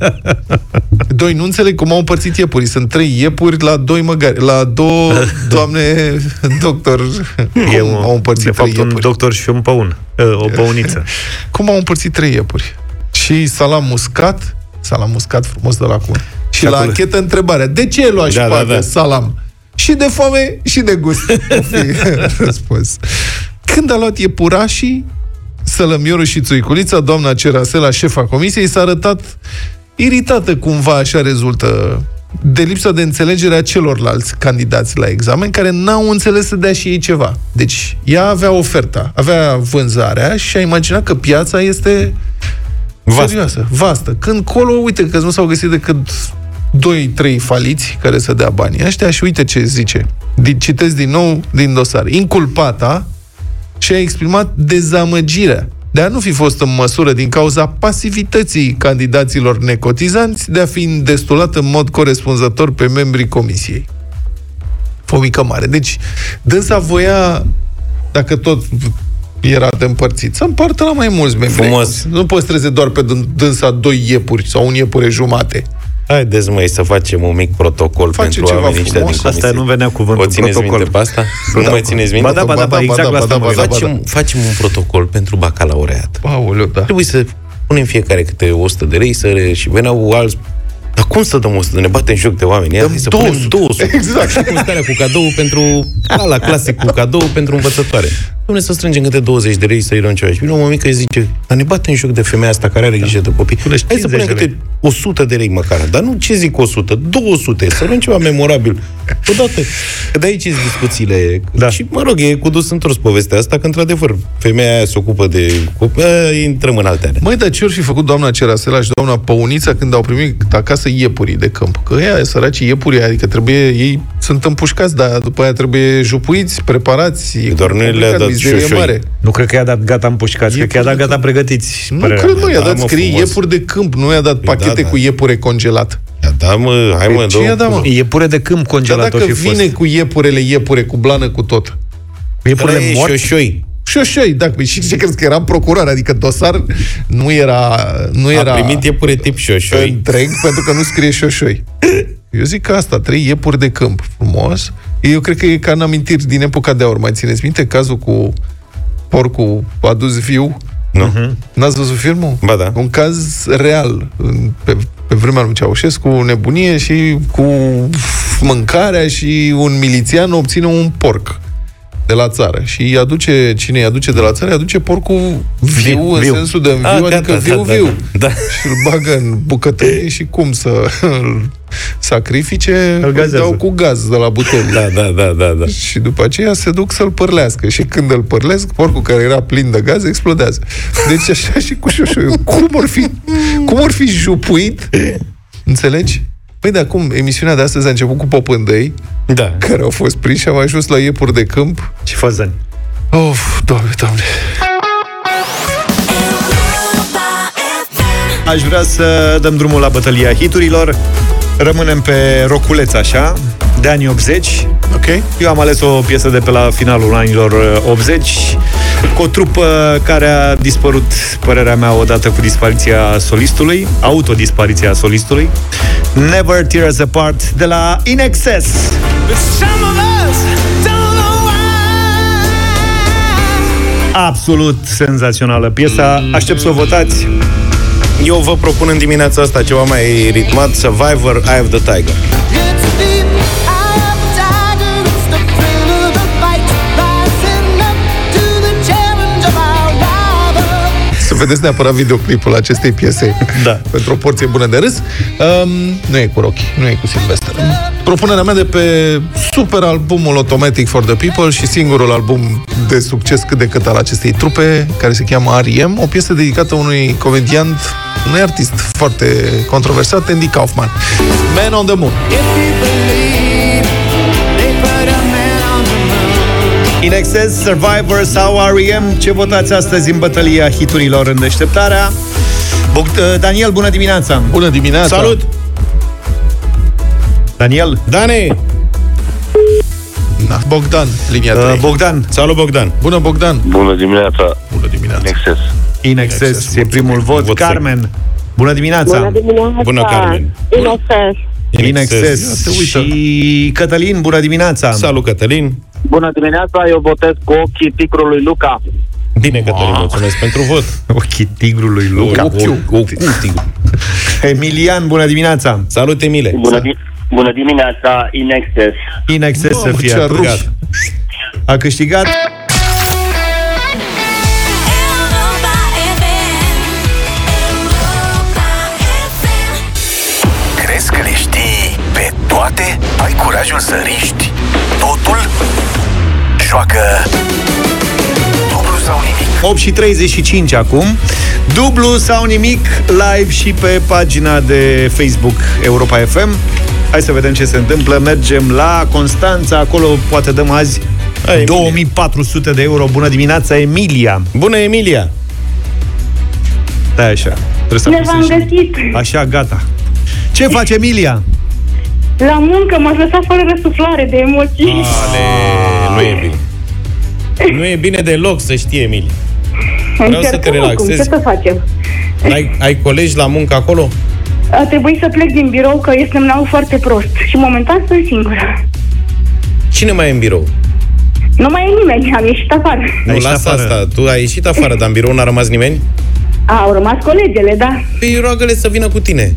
Speaker 2: Doi, nu înțeleg cum au împărțit iepurii. Sunt trei iepuri la doi măgari, la două doamne doctor.
Speaker 3: E
Speaker 2: Cum
Speaker 3: un,
Speaker 2: au împărțit
Speaker 3: de
Speaker 2: trei
Speaker 3: fapt, un
Speaker 2: iepuri?
Speaker 3: doctor și un păun. Uh, O păuniță.
Speaker 2: Cum au împărțit trei iepuri? Și salam muscat, salam muscat frumos de la cum. Și la
Speaker 3: acolo.
Speaker 2: anchetă întrebarea, de ce lua
Speaker 4: Da,
Speaker 2: șpagă
Speaker 4: da, da.
Speaker 2: salam? Și de foame și de gust. O fi răspuns. Când a luat iepurașii, Sălămiorul și Țuiculița, doamna Cerasela, șefa comisiei, s-a arătat iritată cumva așa rezultă de lipsa de înțelegere a celorlalți candidați la examen, care n-au înțeles să dea și ei ceva. Deci, ea avea oferta, avea vânzarea și a imaginat că piața este vastă. serioasă, vastă. Când colo, uite că nu s-au găsit decât 2-3 faliți care să dea banii ăștia și uite ce zice. Din- Citesc din nou din dosar. Inculpata și-a exprimat dezamăgirea de a nu fi fost în măsură din cauza pasivității candidaților necotizanți de a fi îndestulat în mod corespunzător pe membrii comisiei. Fomică mare. Deci, dânsa voia, dacă tot era de împărțit, să împartă la mai mulți membri.
Speaker 4: Frumos.
Speaker 2: Nu păstreze doar pe dân- dânsa doi iepuri sau un iepure jumate.
Speaker 4: Haideți, măi, să facem un mic protocol
Speaker 2: Facem
Speaker 4: pentru
Speaker 2: ceva
Speaker 4: oamenii ăștia din
Speaker 2: frumos.
Speaker 4: comisie.
Speaker 3: Asta nu venea cuvântul,
Speaker 4: O țineți
Speaker 3: protocol.
Speaker 4: minte pe asta? Nu mai țineți minte?
Speaker 3: Ba da, ba da,
Speaker 2: Ba
Speaker 3: ba,
Speaker 2: da,
Speaker 3: exact
Speaker 2: ba
Speaker 3: la
Speaker 2: da,
Speaker 3: asta
Speaker 2: ba
Speaker 3: mă
Speaker 2: da, ba
Speaker 3: gândeam.
Speaker 2: da.
Speaker 4: facem, facem un protocol pentru bacalaureat.
Speaker 2: Aoleu, da.
Speaker 4: Trebuie să punem fiecare câte 100 de lei să re... și veneau alți dar cum să dăm 100? Ne batem joc de oameni. Ia,
Speaker 2: Dăm
Speaker 4: hai să punem
Speaker 2: 200.
Speaker 4: 200.
Speaker 2: Exact.
Speaker 4: Așa cum starea cu cadou pentru... A, la clasic cu cadou pentru învățătoare. Dom'le, să strângem câte 20 de lei să-i dăm ceva. Și vine o mămică îi zice, dar ne batem joc de femeia asta care are grijă de copii. Hai să
Speaker 3: 50
Speaker 4: punem
Speaker 3: de
Speaker 4: câte 100 de lei măcar. Dar nu ce zic 100, 200, să luăm ceva memorabil. Odată. Că de aici sunt discuțiile.
Speaker 3: Da.
Speaker 4: Și, mă rog, e cu dus întors povestea asta, că, într-adevăr, femeia aia se ocupă de copii. A, Intrăm în alte alea.
Speaker 2: Măi, dar ce ori fi făcut doamna Cerasela și doamna Păunița când au primit acasă iepurii de câmp? Că ea, săracii iepuri, adică trebuie, ei sunt împușcați, dar după aia trebuie jupuiți, preparați. e
Speaker 4: Doar nu
Speaker 2: complicat,
Speaker 4: le-a dat
Speaker 2: mizerie
Speaker 4: șoșoi.
Speaker 2: mare.
Speaker 3: Nu cred că i-a dat gata împușcați, cred că i-a dat gata pregătiți.
Speaker 2: Nu
Speaker 3: părerea
Speaker 2: cred,
Speaker 3: mea.
Speaker 2: mă, i-a
Speaker 4: Da,
Speaker 2: dat
Speaker 4: mă,
Speaker 2: scrie
Speaker 4: frumos.
Speaker 2: iepuri de câmp, nu i-a dat pachete
Speaker 4: da.
Speaker 2: cu iepure congelat.
Speaker 4: Ia, Da, mă, hai, mă,
Speaker 2: Păi, ce i-a dat,
Speaker 4: dă-o-
Speaker 2: mă?
Speaker 3: E pure de câmp
Speaker 2: Dar
Speaker 3: congelat
Speaker 2: dacă
Speaker 3: o fi
Speaker 2: vine
Speaker 3: fost.
Speaker 2: cu iepurele, iepure, cu blană, cu tot.
Speaker 3: E
Speaker 4: Ăla
Speaker 3: pure
Speaker 4: e
Speaker 3: mort?
Speaker 4: șoșoi.
Speaker 2: Șoșoi, dacă și ce crezi că era procuror, adică dosar nu era, nu
Speaker 4: A
Speaker 2: era
Speaker 4: primit iepure tip șoșoi.
Speaker 2: întreg pentru că nu scrie șoșoi. Eu zic că asta, trei iepuri de câmp, frumos. Eu cred că e ca în amintiri din epoca de aur. Mai țineți minte cazul cu porcul adus viu?
Speaker 4: Nu.
Speaker 2: N-ați văzut filmul?
Speaker 4: Ba da.
Speaker 2: Un caz real. în- Pe, pe vremea lui Ceaușescu, nebunie și cu mâncarea și un milițian obține un porc de la țară. Și îi aduce, cine îi aduce de la țară, îi aduce porcul viu,
Speaker 4: Viu,
Speaker 2: în
Speaker 4: viu.
Speaker 2: sensul de viu,
Speaker 4: Ah,
Speaker 2: adică
Speaker 4: gata,
Speaker 2: viu,
Speaker 4: da,
Speaker 2: viu.
Speaker 4: da, da.
Speaker 2: Și îl bagă în bucătărie și cum să îl sacrifice,
Speaker 3: Îl
Speaker 2: îl
Speaker 3: gazează.
Speaker 2: dau cu gaz de la butelie.
Speaker 4: Da, da, da, da, da.
Speaker 2: Și după aceea se duc să-l pârlească. Și când îl pârlesc, porcul care era plin de gaz explodează. Deci așa și cu șoșoiul. Cum ar fi, cum ar fi jupuit? Înțelegi? Păi de acum, emisiunea de astăzi a început cu popândăi,
Speaker 4: Da.
Speaker 2: care au fost prinși și am ajuns la iepuri de câmp.
Speaker 3: Ce fazani?
Speaker 2: Of, doamne, doamne.
Speaker 3: Aș vrea să dăm drumul la bătălia hiturilor. Rămânem pe roculeț, așa, de anii 80.
Speaker 2: Ok.
Speaker 3: Eu am ales o piesă de pe la finalul anilor uh, 80, cu o trupă care a dispărut, părerea mea, odată cu dispariția solistului, autodispariția solistului. Never Tear Us Apart de la In Excess. Absolut senzațională piesa. Aștept să o votați.
Speaker 4: Eu vă propun în dimineața asta ceva mai ritmat, Survivor, Eye of the Tiger.
Speaker 2: Să vedeți neapărat videoclipul acestei piese.
Speaker 3: Da.
Speaker 2: Pentru o porție bună de râs. Um, nu e cu Rocky, nu e cu Sylvester. Propunerea mea de pe super albumul Automatic for the People și singurul album de succes cât de cât al acestei trupe, care se cheamă R.E.M., o piesă dedicată unui comediant, unui artist foarte controversat, Andy Kaufman. Man on the Moon.
Speaker 3: In Excess, Survivor sau R.E.M. Ce votați astăzi în bătălia hiturilor în deșteptarea? Boc- Daniel, bună dimineața!
Speaker 2: Bună dimineața!
Speaker 4: Salut!
Speaker 3: Daniel?
Speaker 4: Dane!
Speaker 2: Na, Bogdan, linia
Speaker 4: Da,
Speaker 2: 3.
Speaker 3: Bogdan,
Speaker 4: Salut, Bogdan!
Speaker 2: Bună, Bogdan!
Speaker 10: Bună dimineața,
Speaker 2: Bună dimineața!
Speaker 10: Nexus.
Speaker 3: In Excess e primul vot.
Speaker 4: Vot
Speaker 3: Carmen, bună dimineața!
Speaker 12: Bună dimineața!
Speaker 4: Bună, Carmen.
Speaker 12: In excess.
Speaker 3: In
Speaker 4: Ia
Speaker 3: Excess
Speaker 4: te uita.
Speaker 3: și Cătălin, bună dimineața!
Speaker 4: Salut, Cătălin!
Speaker 10: Bună dimineața, eu votez cu ochii ticrului Luca.
Speaker 4: Bine, Cătălin, mulțumesc pentru vot.
Speaker 3: Ochii tigrului Luca.
Speaker 4: Ochiu. Ochiu.
Speaker 3: Emilian, bună dimineața!
Speaker 4: Salut, Emile!
Speaker 10: Bună dimineața, Inexcess.
Speaker 3: In Excess să
Speaker 2: Mamă,
Speaker 3: fie.
Speaker 2: ce a rupt.
Speaker 3: Gata. A câștigat
Speaker 1: Crezi că le știi pe curajul să riști totul? Joacă dublu sau nimic.
Speaker 3: 8 și 35 acum. Dublu sau nimic, live și pe pagina de Facebook Europa FM. Hai să vedem ce se întâmplă. Mergem la Constanța, acolo poate dăm azi
Speaker 4: Hai, Emilie.
Speaker 3: 2400 de euro. Bună dimineața, Emilia!
Speaker 4: Bună, Emilia!
Speaker 3: Stai așa. Trebuie să
Speaker 12: Ne
Speaker 3: apăsăm
Speaker 12: v-am
Speaker 3: și-
Speaker 12: găsit.
Speaker 3: Așa, gata. Ce faci, Emilia?
Speaker 12: La muncă m-ați lăsat fără răsuflare de emoții.
Speaker 4: Ale, nu e bine. Nu e bine deloc să știi, Emilia. Ah, vreau să te
Speaker 12: Încercăm acum,
Speaker 4: relaxezi.
Speaker 12: ce să facem?
Speaker 4: Ai, ai colegi la muncă acolo?
Speaker 12: A trebuit să plec din birou că este semnal foarte prost și momentan sunt singură.
Speaker 4: Cine mai e în birou?
Speaker 12: Nu mai e nimeni, am ieșit afară.
Speaker 4: Nu,
Speaker 3: ieșit
Speaker 4: lasă
Speaker 3: afară.
Speaker 4: asta. Tu ai ieșit afară, dar în birou n-a rămas nimeni?
Speaker 12: Au rămas colegele, da?
Speaker 4: Păi roagă-le să vină cu tine.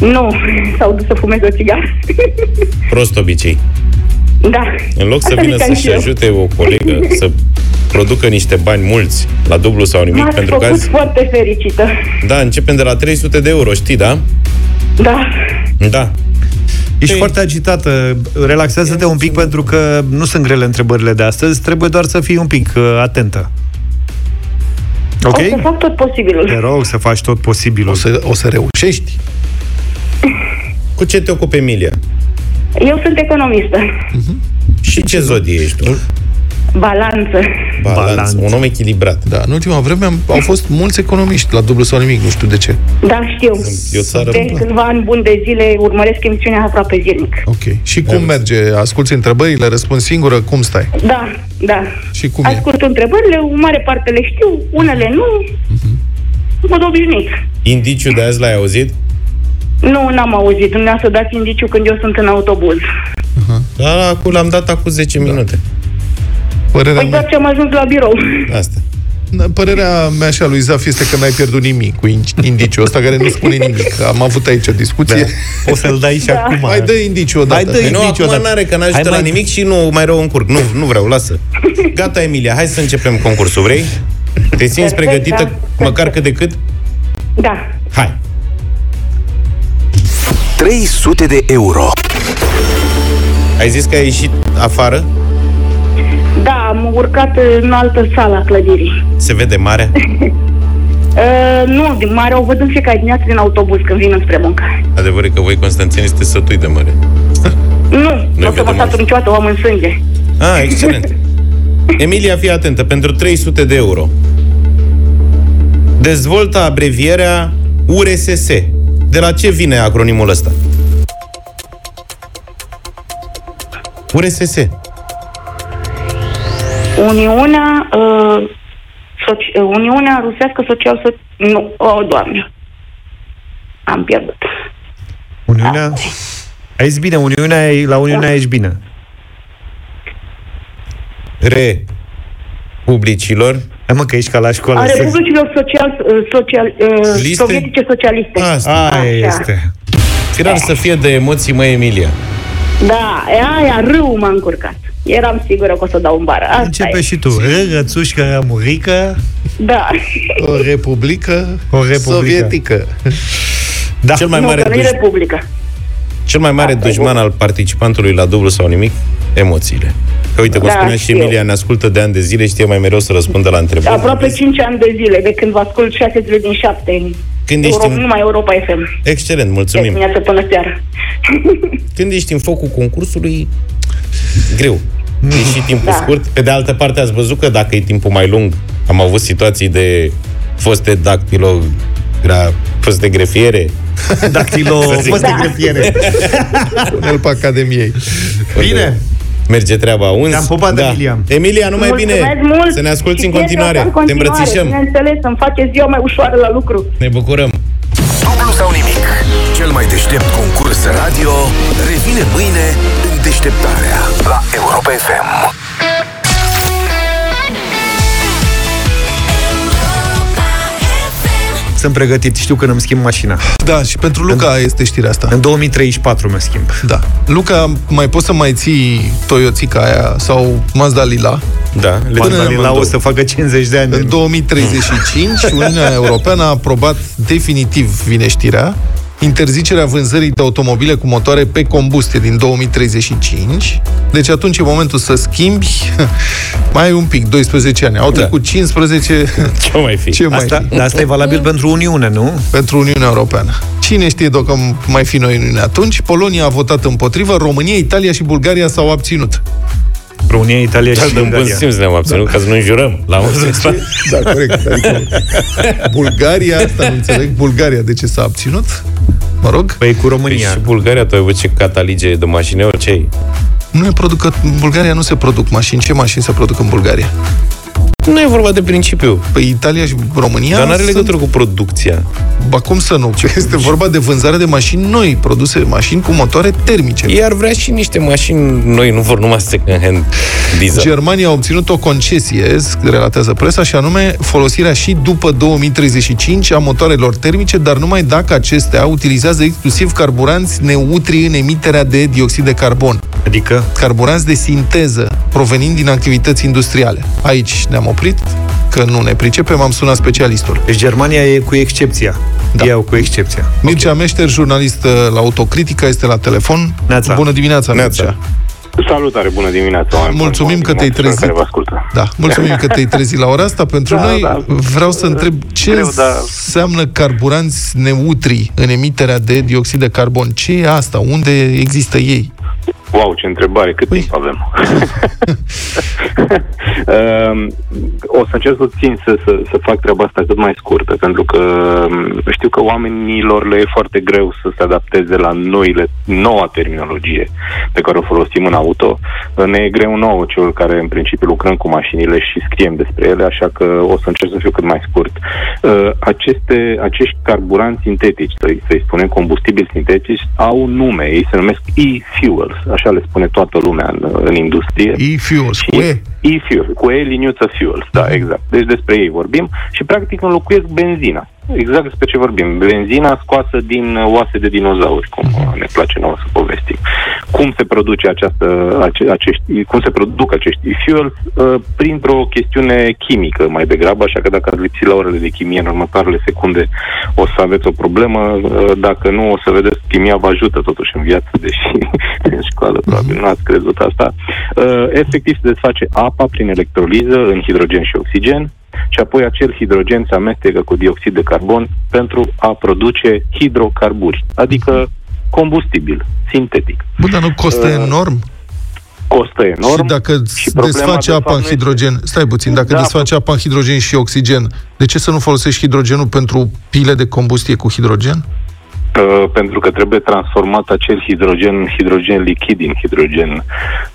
Speaker 12: Nu, s-au dus să fumeze o țigară.
Speaker 4: Prost obicei.
Speaker 12: da.
Speaker 4: În loc să
Speaker 12: Asta
Speaker 4: vină
Speaker 12: ziceam și
Speaker 4: să-și
Speaker 12: eu.
Speaker 4: ajute o colegă să producă niște bani mulți la dublu sau nimic,
Speaker 12: M-ați
Speaker 4: pentru că
Speaker 12: făcut
Speaker 4: azi,
Speaker 12: foarte fericită.
Speaker 4: da, începem de la 300 de euro, știi, da?
Speaker 12: Da.
Speaker 4: Da.
Speaker 3: Ești
Speaker 12: Păi-
Speaker 4: Ei.
Speaker 3: foarte agitată. Relaxează-te un pic pentru că nu sunt grele întrebările de astăzi. Trebuie doar să fii un pic uh, atentă. Ok?
Speaker 12: O să fac tot posibilul.
Speaker 3: Te rog să faci tot posibilul.
Speaker 2: O să, o să reușești?
Speaker 4: Cu ce te ocupi, Emilia?
Speaker 12: Eu sunt economistă.
Speaker 4: Și ce zodie ești tu?
Speaker 12: Balanță.
Speaker 4: Balanț.
Speaker 3: Balanț.
Speaker 4: Un om echilibrat.
Speaker 2: Da, în ultima vreme am, au fost mulți economiști la dublu sau nimic, nu știu de ce.
Speaker 12: Da, știu.
Speaker 4: E o țară
Speaker 12: De câțiva ani bun de zile urmăresc emisiunea aproape zilnic.
Speaker 2: Ok. Și cum
Speaker 4: Da.
Speaker 2: merge? Asculți întrebările, răspunzi singură, cum stai?
Speaker 12: Da, da.
Speaker 2: Și cum e?
Speaker 12: Ascult întrebările, o mare parte le știu, unele nu.
Speaker 4: Mhm.
Speaker 12: Mă obișnuit.
Speaker 4: Indiciu de azi l-ai auzit?
Speaker 12: Nu, n-am auzit. Dumneavoastră dați indiciu când eu sunt în autobuz.
Speaker 4: Da, da, cu- l-am dat acum 10
Speaker 3: Da.
Speaker 4: minute.
Speaker 2: Părerea,
Speaker 12: Păi doar
Speaker 2: mea,
Speaker 12: ce am ajuns la birou.
Speaker 4: Asta.
Speaker 2: părerea mea și a lui Zaf este că n-ai pierdut nimic cu in- indiciul ăsta care nu spune nimic. Am avut aici o discuție.
Speaker 3: O să-l dai și
Speaker 12: Da.
Speaker 3: acum.
Speaker 2: Mai dă indiciu odată.
Speaker 3: Hai, dă-i-
Speaker 4: Păi nu,
Speaker 3: Nici
Speaker 4: acum
Speaker 3: odată.
Speaker 4: n-are, că n-ajută
Speaker 3: Hai
Speaker 4: la
Speaker 3: mai-
Speaker 4: nimic și nu mai rău încurc. Nu, nu vreau, lasă. Gata, Emilia, hai să începem concursul, vrei? Te simți
Speaker 12: Perfect,
Speaker 4: pregătită,
Speaker 12: da.
Speaker 4: măcar cât de cât?
Speaker 12: Da.
Speaker 4: Hai!
Speaker 1: 300 de euro.
Speaker 4: Ai zis că ai ieșit afară?
Speaker 12: Da, am urcat în altă sală a clădirii.
Speaker 4: Se vede mare?
Speaker 12: Uh, nu, din mare o văd în fiecare dimineață din autobuz când vin înspre muncă.
Speaker 4: Adevărul e că voi, Constanțeni, sunteți sătui de mare.
Speaker 12: Nu, nu o să
Speaker 4: vedem
Speaker 12: mă
Speaker 4: aici.
Speaker 12: satur niciodată, o am în sânge.
Speaker 4: Ah, excelent. Emilia, fii atentă. Pentru 300 de euro, dezvoltă abrevierea URSS. De la ce vine acronimul ăsta? URSS.
Speaker 12: Uniunea, uh, soci, uh, Uniunea Rusească Social... So- nu, o, oh, doamne. Am pierdut.
Speaker 3: Uniunea... Ai zis bine, Uniunea, e- la Uniunea ești bine.
Speaker 4: Re. Publicilor.
Speaker 3: Hai mă că ești ca la școală.
Speaker 12: A
Speaker 3: să-
Speaker 12: Republicilor Social... uh, social uh,
Speaker 4: Liste? Ah,
Speaker 12: sovietice Socialiste.
Speaker 4: Asta.
Speaker 3: Aia
Speaker 12: Așa.
Speaker 3: este.
Speaker 4: Firar să fie de emoții, mă, Emilia.
Speaker 12: Da, e aia, râu m-a încurcat. Eram sigură că o să dau în bară. Asta
Speaker 3: Începe
Speaker 12: e.
Speaker 3: și tu. Răgățușcă, murică.
Speaker 12: Da.
Speaker 2: O republică,
Speaker 3: O republică.
Speaker 2: sovietică.
Speaker 3: Da.
Speaker 4: Cel mai
Speaker 12: nu,
Speaker 4: mare,
Speaker 12: că nu e Da.
Speaker 4: duș-
Speaker 12: Republică.
Speaker 4: cel mai mare dușman al participantului la dublu sau nimic? Emoțiile. Că uite, cum
Speaker 12: Da,
Speaker 4: spunea și
Speaker 12: știu.
Speaker 4: Emilia, ne ascultă de ani de zile, știe mai mereu să răspundă la întrebări.
Speaker 12: Aproape 5 ani de zile, de când vă ascult 6 zile din 7.
Speaker 4: Când ești
Speaker 12: Euro,
Speaker 4: în-
Speaker 12: numai Europa FM.
Speaker 4: Excelent,
Speaker 12: De
Speaker 4: mulțumim.
Speaker 12: dimineață până seara.
Speaker 4: Când ești în focul concursului, greu.
Speaker 3: Hmm.
Speaker 4: E și timpul da.
Speaker 12: Da.
Speaker 4: scurt. Pe de altă parte, ați văzut că dacă e timpul mai lung, am avut situații de foste dactilog, gra, foste grefiere.
Speaker 3: Dactilo, fost de
Speaker 12: Da.
Speaker 3: grefiere.
Speaker 2: Pune-l pe Academiei.
Speaker 3: Bine.
Speaker 4: Merge treaba. Uns. Da.
Speaker 3: Te-am pupat, Emilia.
Speaker 4: Emilia, numai
Speaker 12: Mulțumesc
Speaker 4: bine.
Speaker 12: mult
Speaker 4: Să ne asculti
Speaker 12: și
Speaker 4: în
Speaker 12: sper că
Speaker 4: continuare.
Speaker 12: o să am
Speaker 4: Te îmbrățișăm.
Speaker 12: Bineînțeles, îmi face ziua mai ușoară la lucru.
Speaker 4: Ne bucurăm.
Speaker 1: Dublu sau nimic. Cel mai deștept concurs radio revine mâine în deșteptarea la Europa FM.
Speaker 3: Sunt pregătit, știu când îmi schimb mașina.
Speaker 2: Da, și pentru Luca este știrea asta.
Speaker 3: În 2034 mă schimb.
Speaker 2: Da. Luca, mai poți să mai ții Toyotica aia sau Mazda Lila?
Speaker 4: Da, le
Speaker 2: Până
Speaker 4: dăm
Speaker 2: în
Speaker 4: amândouă.
Speaker 3: La o să facă 50 de ani.
Speaker 2: În 2035, Uniunea Europeană a aprobat definitiv, vine știrea, interzicerea vânzării de automobile cu motoare pe combustie din 2035. Deci atunci e momentul să schimbi mai ai un pic, 12 ani. Au trecut 15
Speaker 4: Ce mai fi?
Speaker 2: ce mai
Speaker 3: Asta,
Speaker 2: fi?
Speaker 3: dar asta e valabil pentru Uniune, nu?
Speaker 2: pentru Uniunea Europeană. Cine știe dacă mai fi noi în Uniune atunci? Polonia a votat împotrivă, România, Italia și Bulgaria s-au abținut.
Speaker 3: România, Italia
Speaker 4: Dar
Speaker 3: și
Speaker 4: de bun
Speaker 3: Ungaria.
Speaker 4: simț ne-am abținut ca să nu înjurăm. La modul ăsta.
Speaker 2: Da, corect. Adică Bulgaria, asta nu înțeleg, Bulgaria de ce s-a abținut? Mă rog,
Speaker 3: Păi cu
Speaker 4: Păi
Speaker 3: România.
Speaker 4: și Bulgaria, tu ai văzut ce catalige de mașini au cei?
Speaker 2: nu e produc, că în Bulgaria nu se produc mașini. Ce mașini se produc în Bulgaria?
Speaker 4: Nu e vorba de principiu.
Speaker 2: Păi Italia și România
Speaker 4: Dar nu are
Speaker 2: sunt-
Speaker 4: legătură cu producția.
Speaker 2: Ba cum să nu? Este vorba de vânzare de mașini noi, produse mașini cu motoare termice.
Speaker 4: Ei ar vrea și niște mașini noi, nu vor numai second hand diesel.
Speaker 2: Germania a obținut o concesie, relatează presa, și anume folosirea și după 2035 a motoarelor termice, dar numai dacă acestea utilizează exclusiv carburanți neutri în emiterea de dioxid de carbon.
Speaker 3: Adică,
Speaker 2: Carburanți de sinteză, provenind din activități industriale. Aici ne-am oprit, că nu ne pricepem, am sunat specialistul.
Speaker 3: deci Germania e cu excepția. Da. Iau cu excepția.
Speaker 2: Mircea Meșter, jurnalist uh, la Autocritica, este la telefon.
Speaker 3: Neața.
Speaker 2: Bună dimineața,
Speaker 4: Neața.
Speaker 2: Mircea.
Speaker 10: Salutare, bună dimineața. oameni buni,
Speaker 2: Mulțumim
Speaker 10: bună
Speaker 2: că te-ai
Speaker 10: dimineața celor
Speaker 2: trezit.
Speaker 10: Care vă ascultă.
Speaker 2: Da, mulțumim că te-ai trezit la ora asta. Pentru da,
Speaker 10: Da,
Speaker 2: noi da.
Speaker 10: da.
Speaker 2: vreau să întreb ce Greu,
Speaker 10: Greu,
Speaker 2: da.
Speaker 10: da.
Speaker 2: înseamnă carburanți neutri în emiterea de dioxid de carbon. Ce e asta? Unde există ei?
Speaker 10: Wow, ce întrebare, cât
Speaker 2: Păi.
Speaker 10: timp avem? Um, o să încerc să țin să, să, să fac treaba asta cât mai scurtă, pentru că um, știu că oamenilor le e foarte greu să se adapteze la noile, noua terminologie pe care o folosim în auto. Ne e greu nouă celor care în principiu lucrăm cu mașinile și scriem despre ele, așa că o să încerc să fiu cât mai scurt. Uh, Aceste, acești carburanți sintetici, să-i, să-i spunem combustibili sintetici, au nume, ei se numesc e-fuels, așa le spune toată lumea în, în industrie.
Speaker 2: E-fuels, cu
Speaker 10: Și
Speaker 2: E.
Speaker 10: E-fuel, cu E liniuță fuel, da, exact. Deci despre ei vorbim și practic înlocuiesc benzina. Exact despre ce vorbim. Benzina scoasă din uh, oase de dinozauri, cum uh, ne place nouă să povestim. Cum se produce această, ace, acești, cum se produc acești fuel printr-o chestiune chimică mai degrabă, așa că dacă ați lipsit la orele de chimie în următoarele secunde o să aveți o problemă, uh, dacă nu o să vedeți chimia vă ajută totuși în viață, deși în școală probabil nu ați crezut asta. Uh, efectiv se desface apa prin electroliză în hidrogen și oxigen și apoi acel hidrogen se amestecă cu dioxid de carbon pentru a produce hidrocarburi, adică combustibil sintetic.
Speaker 2: Bă, dar nu costă
Speaker 10: Uh,
Speaker 2: enorm?
Speaker 10: Costă enorm.
Speaker 2: Și dacă și
Speaker 10: și problema,
Speaker 2: desface
Speaker 10: de
Speaker 2: apa
Speaker 10: fapt,
Speaker 2: în
Speaker 10: nu este-
Speaker 2: hidrogen, stai puțin, dacă
Speaker 10: Da,
Speaker 2: desface apa în hidrogen și oxigen, de ce să nu folosești hidrogenul pentru pile de combustie cu hidrogen?
Speaker 10: Uh, pentru că trebuie transformat acel hidrogen în hidrogen lichid, în hidrogen,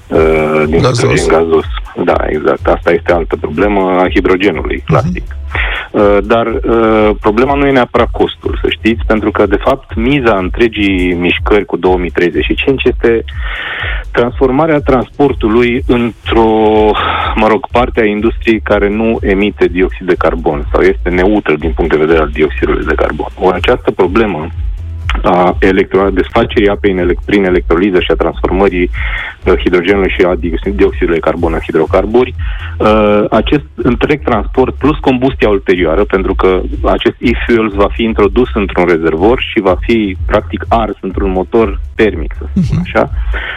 Speaker 10: uh, din
Speaker 2: Gazos.
Speaker 10: hidrogen gazos. Da, exact. Asta este altă problemă a hidrogenului, plastic. Uh, Dar uh, problema nu e neapărat costul, să știți, pentru că, de fapt, miza întregii mișcări cu 2035 este transformarea transportului într-o, mă rog, parte a industriei care nu emite dioxid de carbon sau este neutră din punct de vedere al dioxidului de carbon. Ori această problemă a, electro- a desfacerii apei în elec- prin electroliză și a transformării uh, hidrogenului și a dioxid- dioxidului de carbon în hidrocarburi. Uh, acest întreg transport plus combustia ulterioară, pentru că acest e-fuels va fi introdus într-un rezervor și va fi practic ars într-un motor termic, să spun așa.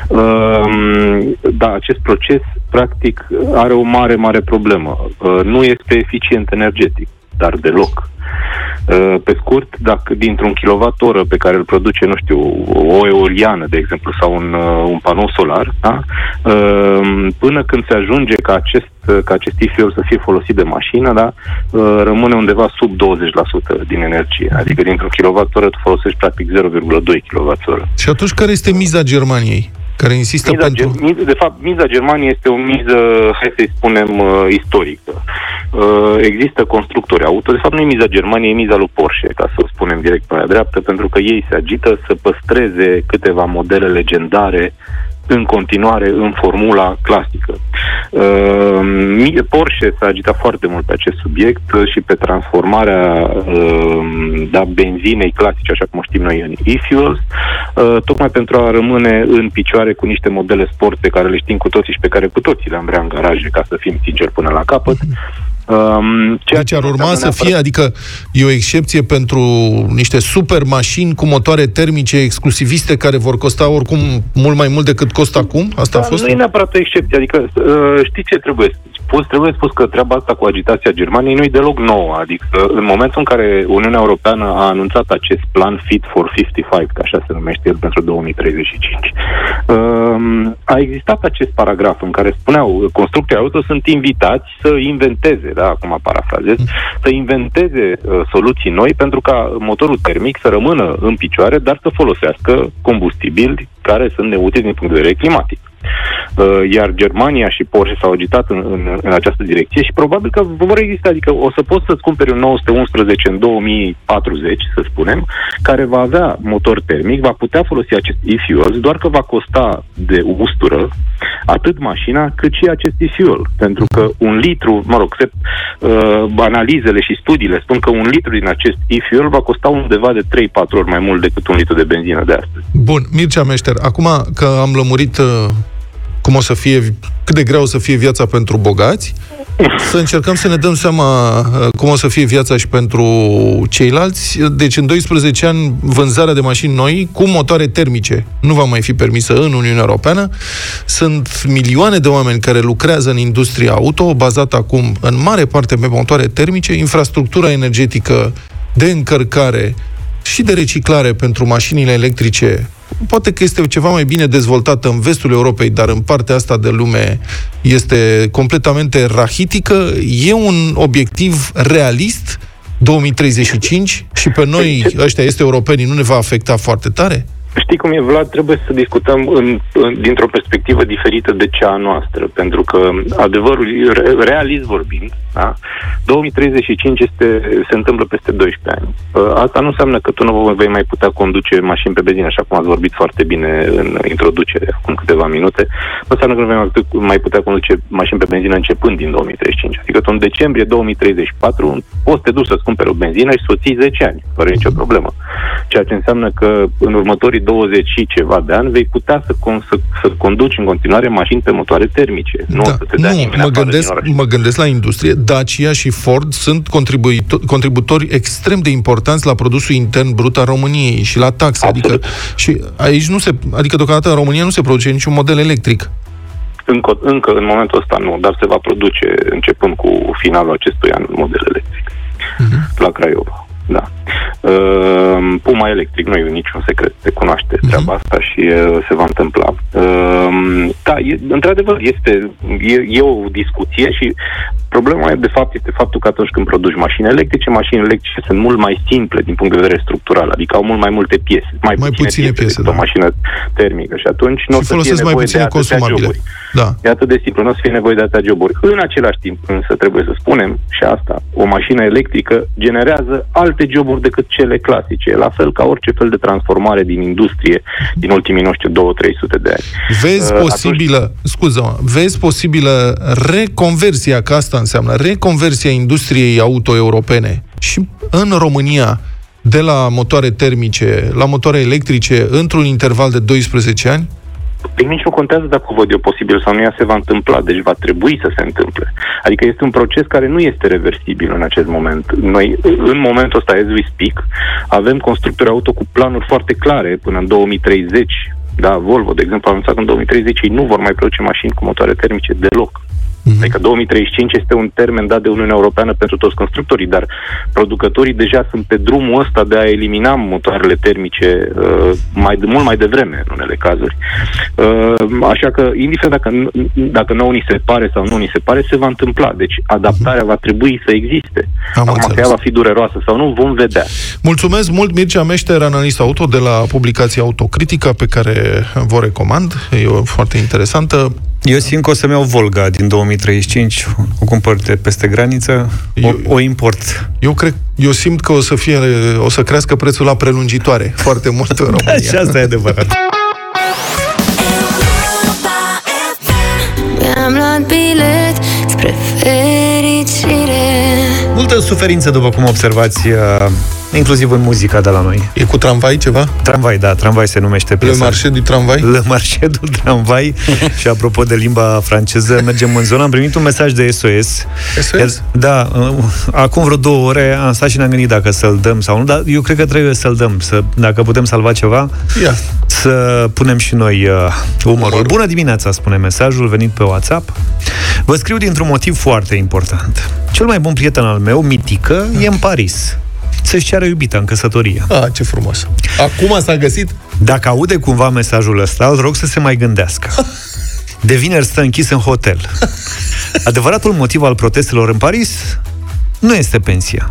Speaker 10: Uh, da, acest proces practic are o mare, mare problemă. Uh, nu este eficient energetic, dar deloc. Uh, Pe scurt, dacă dintr-un kilowatt-oră pe care îl produce, nu știu, o eoliană, de exemplu, sau un, uh, un panou solar, da? Uh, până când se ajunge ca acest, uh, ca acest e-fuel să fie folosit de mașină, da? Uh, rămâne undeva sub 20% din energie. Adică dintr-un kilowatt-oră tu folosești practic 0,2 kWh.
Speaker 2: Și atunci care este miza Germaniei? Care insistă
Speaker 10: Miza,
Speaker 2: pentru...
Speaker 10: Ger- miza, de fapt, miza Germaniei este o miză, hai să-i spunem, uh, istorică. Uh, există constructori auto, de fapt nu e miza Germaniei, e miza lui Porsche, ca să o spunem direct pe aia dreaptă, pentru că ei se agită să păstreze câteva modele legendare în continuare în formula clasică. Uh, mi- Porsche s-a agitat foarte mult pe acest subiect uh, și pe transformarea uh, da, benzinei clasice, așa cum o știm noi, în e-fuels, uh, tocmai pentru a rămâne în picioare cu niște modele sport pe care le știm cu toții și pe care cu toții le-am vrea în garaje, ca să fim sinceri până la capăt. Um, ceea
Speaker 2: Deci ar
Speaker 10: nu
Speaker 2: urma
Speaker 10: înseamnă
Speaker 2: să fie, adică e o excepție pentru niște super mașini cu motoare termice exclusiviste care vor costa oricum mult mai mult decât costă acum? Asta a
Speaker 10: Da,
Speaker 2: fost?
Speaker 10: Nu e neapărat o excepție, adică uh, știi ce trebuie spus? Trebuie spus că treaba asta cu agitația Germaniei nu e deloc nouă, adică în momentul în care Uniunea Europeană a anunțat acest plan Fit for 55, că așa se numește el pentru 2035, um, a existat acest paragraf în care spuneau constructorii auto sunt invitați să inventeze, da, acum parafrazez, să inventeze uh, soluții noi pentru ca motorul termic să rămână în picioare, dar să folosească combustibili care sunt neutili din punct de vedere climatic. Uh, iar Germania și Porsche s-au agitat în, în, în această direcție și probabil că vor exista, adică o să poți să-ți cumperi un 911 în 2040, să spunem, care va avea motor termic, va putea folosi acest e-fuel, doar că va costa de ustură atât mașina cât și acest e-fuel, pentru că un litru, mă rog, se, uh, analizele și studiile spun că un litru din acest e-fuel va costa undeva de 3-4 ori mai mult decât un litru de benzină de astăzi.
Speaker 2: Bun, Mircea Meșter, acum că am lămurit uh, cum o să fie, cât de greu o să fie viața pentru bogați, să încercăm să ne dăm seama uh, cum o să fie viața și pentru ceilalți. Deci în 12 ani vânzarea de mașini noi cu motoare termice nu va mai fi permisă în Uniunea Europeană. Sunt milioane de oameni care lucrează în industria auto, bazată acum în mare parte pe motoare termice, infrastructura energetică de încărcare și de reciclare pentru mașinile electrice poate că este ceva mai bine dezvoltată în vestul Europei, dar în partea asta de lume este completamente rahitică. E un obiectiv realist 2035 și pe noi, ăștia este europenii, nu ne va afecta foarte tare?
Speaker 10: Știi cum e, Vlad? Trebuie să discutăm în, în, dintr-o perspectivă diferită de cea a noastră, pentru că adevărul, re- realist vorbind, da? 2035 este, se întâmplă peste 12 ani. Uh, Asta nu înseamnă că tu nu vei mai putea conduce mașini pe benzină, așa cum ați vorbit foarte bine în introducere, acum câteva minute. Nu înseamnă că nu vei mai putea- mai putea conduce mașini pe benzină începând din 2035. Adică tu în decembrie 2034 poți să te duci să-ți cumperi o benzină și să o ții 10 ani, fără nicio problemă ceea ce înseamnă că în următorii 20 și ceva de ani vei putea să, con- să, să conduci în continuare mașini pe motoare termice. Nu o să te dea nimeni
Speaker 2: Da. nu mă,
Speaker 10: afară din
Speaker 2: gândesc,
Speaker 10: oraș.
Speaker 2: mă gândesc la industrie. Dacia și Ford sunt contribuito- contributori extrem de importanți la produsul intern brut al României și la taxe. Adică, și aici nu se, adică deocamdată în România nu se produce niciun model electric.
Speaker 10: Încă, încă în momentul ăsta nu, dar se va produce începând cu finalul acestui an un model electric
Speaker 2: Mhm.
Speaker 10: uh-huh. la Craiova. Da. Uh, Puma electric, nu e niciun secret, se cunoaște
Speaker 2: Mhm.
Speaker 10: uh-huh. treaba asta și uh, se va întâmpla. Uh, da, e, într-adevăr, este e, e o discuție și problema, de fapt, este faptul că atunci când produci mașini electrice, mașinile electrice sunt mult mai simple din punct de vedere structural, adică au mult mai multe piese, mai,
Speaker 2: Mai puține piese,
Speaker 10: decât
Speaker 2: da.
Speaker 10: o mașină termică și atunci nu o
Speaker 2: și
Speaker 10: să fie
Speaker 2: folosesc mai
Speaker 10: nevoie de
Speaker 2: puține
Speaker 10: atâtea
Speaker 2: consumabile.
Speaker 10: joburi.
Speaker 2: Da.
Speaker 10: E atât de simplu, nu o să fie nevoie de atâtea joburi. În același timp, însă, trebuie să spunem și asta, o mașină electrică generează alte joburi decât cele clasice, la fel ca orice fel de transformare din industrie din ultimii, nu știu, 2-300 de ani.
Speaker 2: Vezi
Speaker 10: Uh,
Speaker 2: posibilă, scuză-mă, vezi posibilă reconversia, că asta înseamnă, reconversia industriei auto-europene și în România de la motoare termice la motoare electrice într-un interval de 12 ani?
Speaker 10: Păi nici nu contează dacă o văd eu posibil sau nu, ea se va întâmpla, deci va trebui să se întâmple. Adică este un proces care nu este reversibil în acest moment. Noi, în momentul ăsta, as we speak, avem constructori auto cu planuri foarte clare până în 2030. Da, Volvo, de exemplu, a anunțat că în 2030 ei nu vor mai produce mașini cu motoare termice deloc.
Speaker 4: Mhm.
Speaker 10: Adică 2035 este un termen dat de Uniunea Europeană pentru toți constructorii, dar producătorii deja sunt pe drumul ăsta de a elimina motoarele termice uh, mai, mult mai devreme în unele cazuri. Uh, așa că, indiferent dacă, n- dacă nouă ni se pare sau nu ni se pare, se va întâmpla. Deci adaptarea va trebui să existe.
Speaker 2: Am
Speaker 10: Acum că
Speaker 2: înțeles.
Speaker 10: ea va fi dureroasă sau nu, vom vedea.
Speaker 2: Mulțumesc mult, Mircea Meșter, analist auto de la publicația Autocritica, pe care vă recomand, e o foarte interesantă.
Speaker 3: Eu simt că o să-mi iau Volga din 2035, o cumpăr de peste graniță, o,
Speaker 2: Eu-
Speaker 3: o import.
Speaker 2: Eu cred, eu simt că o să, fie, o să crească prețul la prelungitoare foarte mult în România.
Speaker 3: Și asta e adevărat.
Speaker 13: Mi-am luat bilet spre fericire
Speaker 3: Multă suferință, după cum observați, uh, inclusiv în muzica de la noi.
Speaker 2: E cu tramvai ceva?
Speaker 3: Tramvai, da, tramvai se numește piesa.
Speaker 2: Le Marché du Tramvai?
Speaker 3: Le Marché du Tramvai. și apropo de limba franceză, mergem în zonă. Am primit un mesaj de SOS.
Speaker 2: SOS?
Speaker 3: Iar- Da, uh, acum vreo două ore am stat și ne-am gândit dacă să-l dăm sau nu, dar eu cred că trebuie să-l dăm, să, dacă putem salva ceva,
Speaker 2: Ia.
Speaker 3: să punem și noi uh, umărul.
Speaker 2: Umărul.
Speaker 3: Bună dimineața, spune mesajul venit pe WhatsApp. Vă scriu dintr-un motiv foarte important. Cel mai bun prieten al meu, Mitică, e în Paris. Să-și ceară iubita în căsătorie.
Speaker 2: A, Ah, ce frumos. Acum s-a găsit?
Speaker 3: Dacă aude cumva mesajul ăsta, îl rog să se mai gândească. De vineri stă închis în hotel. Adevăratul motiv al protestelor în Paris nu este pensia.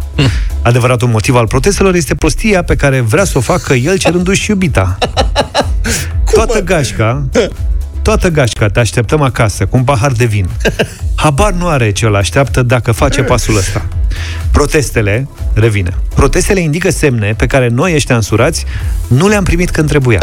Speaker 3: Adevăratul motiv al protestelor este prostia pe care vrea să o facă el cerându-și iubita. Toată gașca, toată gașca, te așteptăm acasă cu un pahar de vin. Habar nu are ce îl așteaptă dacă face pasul ăsta. Protestele, revine, protestele indică semne pe care noi ăștia însurați nu le-am primit când trebuia.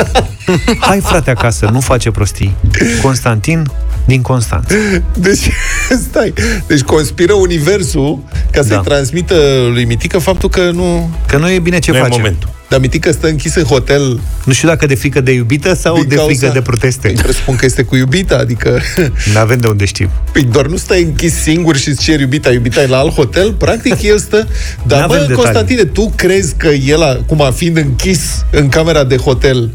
Speaker 3: Hai frate acasă, nu face prostii. Constantin din Constanța.
Speaker 2: Deci, stai. Deci conspiră universul ca să-i
Speaker 3: Da.
Speaker 2: transmită lui Mitică faptul că nu...
Speaker 3: Că nu e bine ce
Speaker 4: Nu e
Speaker 3: face.
Speaker 4: momentul.
Speaker 2: Dar Mitică stă închis în hotel
Speaker 3: Nu știu dacă de frică de iubită sau
Speaker 2: din
Speaker 3: de
Speaker 2: cauza-
Speaker 3: frică de proteste.
Speaker 2: Îi presupun că este cu iubita, adică...
Speaker 3: Nu avem de unde știm.
Speaker 2: Păi doar nu stai închis singur și îți ceri iubita, iubita e la alt hotel, practic el stă... Dar
Speaker 3: N-avem
Speaker 2: bă,
Speaker 3: detalii.
Speaker 2: Constantine, tu crezi că el, acum fiind închis în camera de hotel,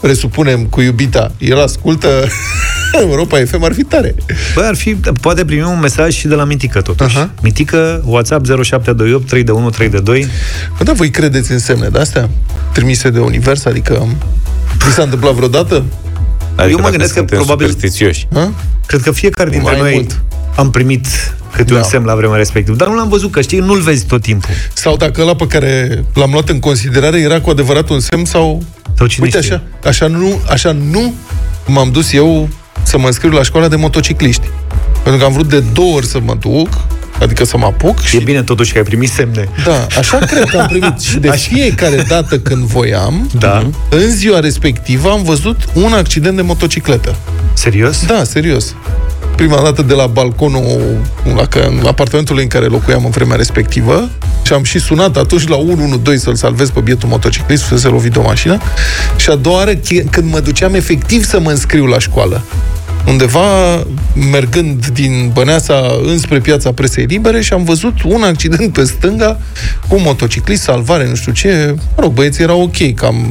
Speaker 2: presupunem cu iubita, el ascultă Europa FM, ar fi tare.
Speaker 3: Băi, ar fi, poate primi un mesaj și de la Mitică, totuși.
Speaker 2: Aha.
Speaker 3: Uh-huh. Mitică, WhatsApp 0728 3 de 1 3 de 2.
Speaker 2: Bă, dar Păi da, voi credeți în semne de-astea? Trimise de univers? Adică... Vi s-a întâmplat vreodată?
Speaker 4: Adică
Speaker 3: mă
Speaker 4: dacă
Speaker 3: gândesc că
Speaker 4: suntem
Speaker 3: probabil-
Speaker 4: superstițioși.
Speaker 2: Hă?
Speaker 3: Cred că fiecare dintre
Speaker 2: Mai
Speaker 3: noi
Speaker 2: mult.
Speaker 3: am primit câte
Speaker 2: Da.
Speaker 3: un semn la vremea respectivă. Dar nu l-am văzut, că știi, nu-l vezi tot timpul.
Speaker 2: Sau dacă ăla pe care l-am luat în considerare era cu adevărat un semn sau...
Speaker 3: Sau cine
Speaker 2: Uite
Speaker 3: știe?
Speaker 2: așa, așa nu, așa nu m-am dus eu să mă înscriu la școala de motocicliști. Pentru că am vrut de două ori să mă duc, adică să mă apuc și...
Speaker 3: E bine totuși că ai primit semne.
Speaker 2: Da, așa cred că am primit. Și de
Speaker 3: Așa.
Speaker 2: fiecare dată când voiam,
Speaker 3: Da.
Speaker 2: în ziua respectivă am văzut un accident de motocicletă.
Speaker 3: Serios?
Speaker 2: Da, serios. Prima dată de la balconul la că, în apartamentul în care locuiam în vremea respectivă și am și sunat atunci la 112 să-l salvez pe bietul motociclist să se lovit de o mașină și a doua oară ch- când mă duceam efectiv să mă înscriu la școală undeva mergând din Băneasa înspre piața presei libere și am văzut un accident pe stânga cu un motociclist, salvare, nu știu ce. Mă rog, băieții erau ok, cam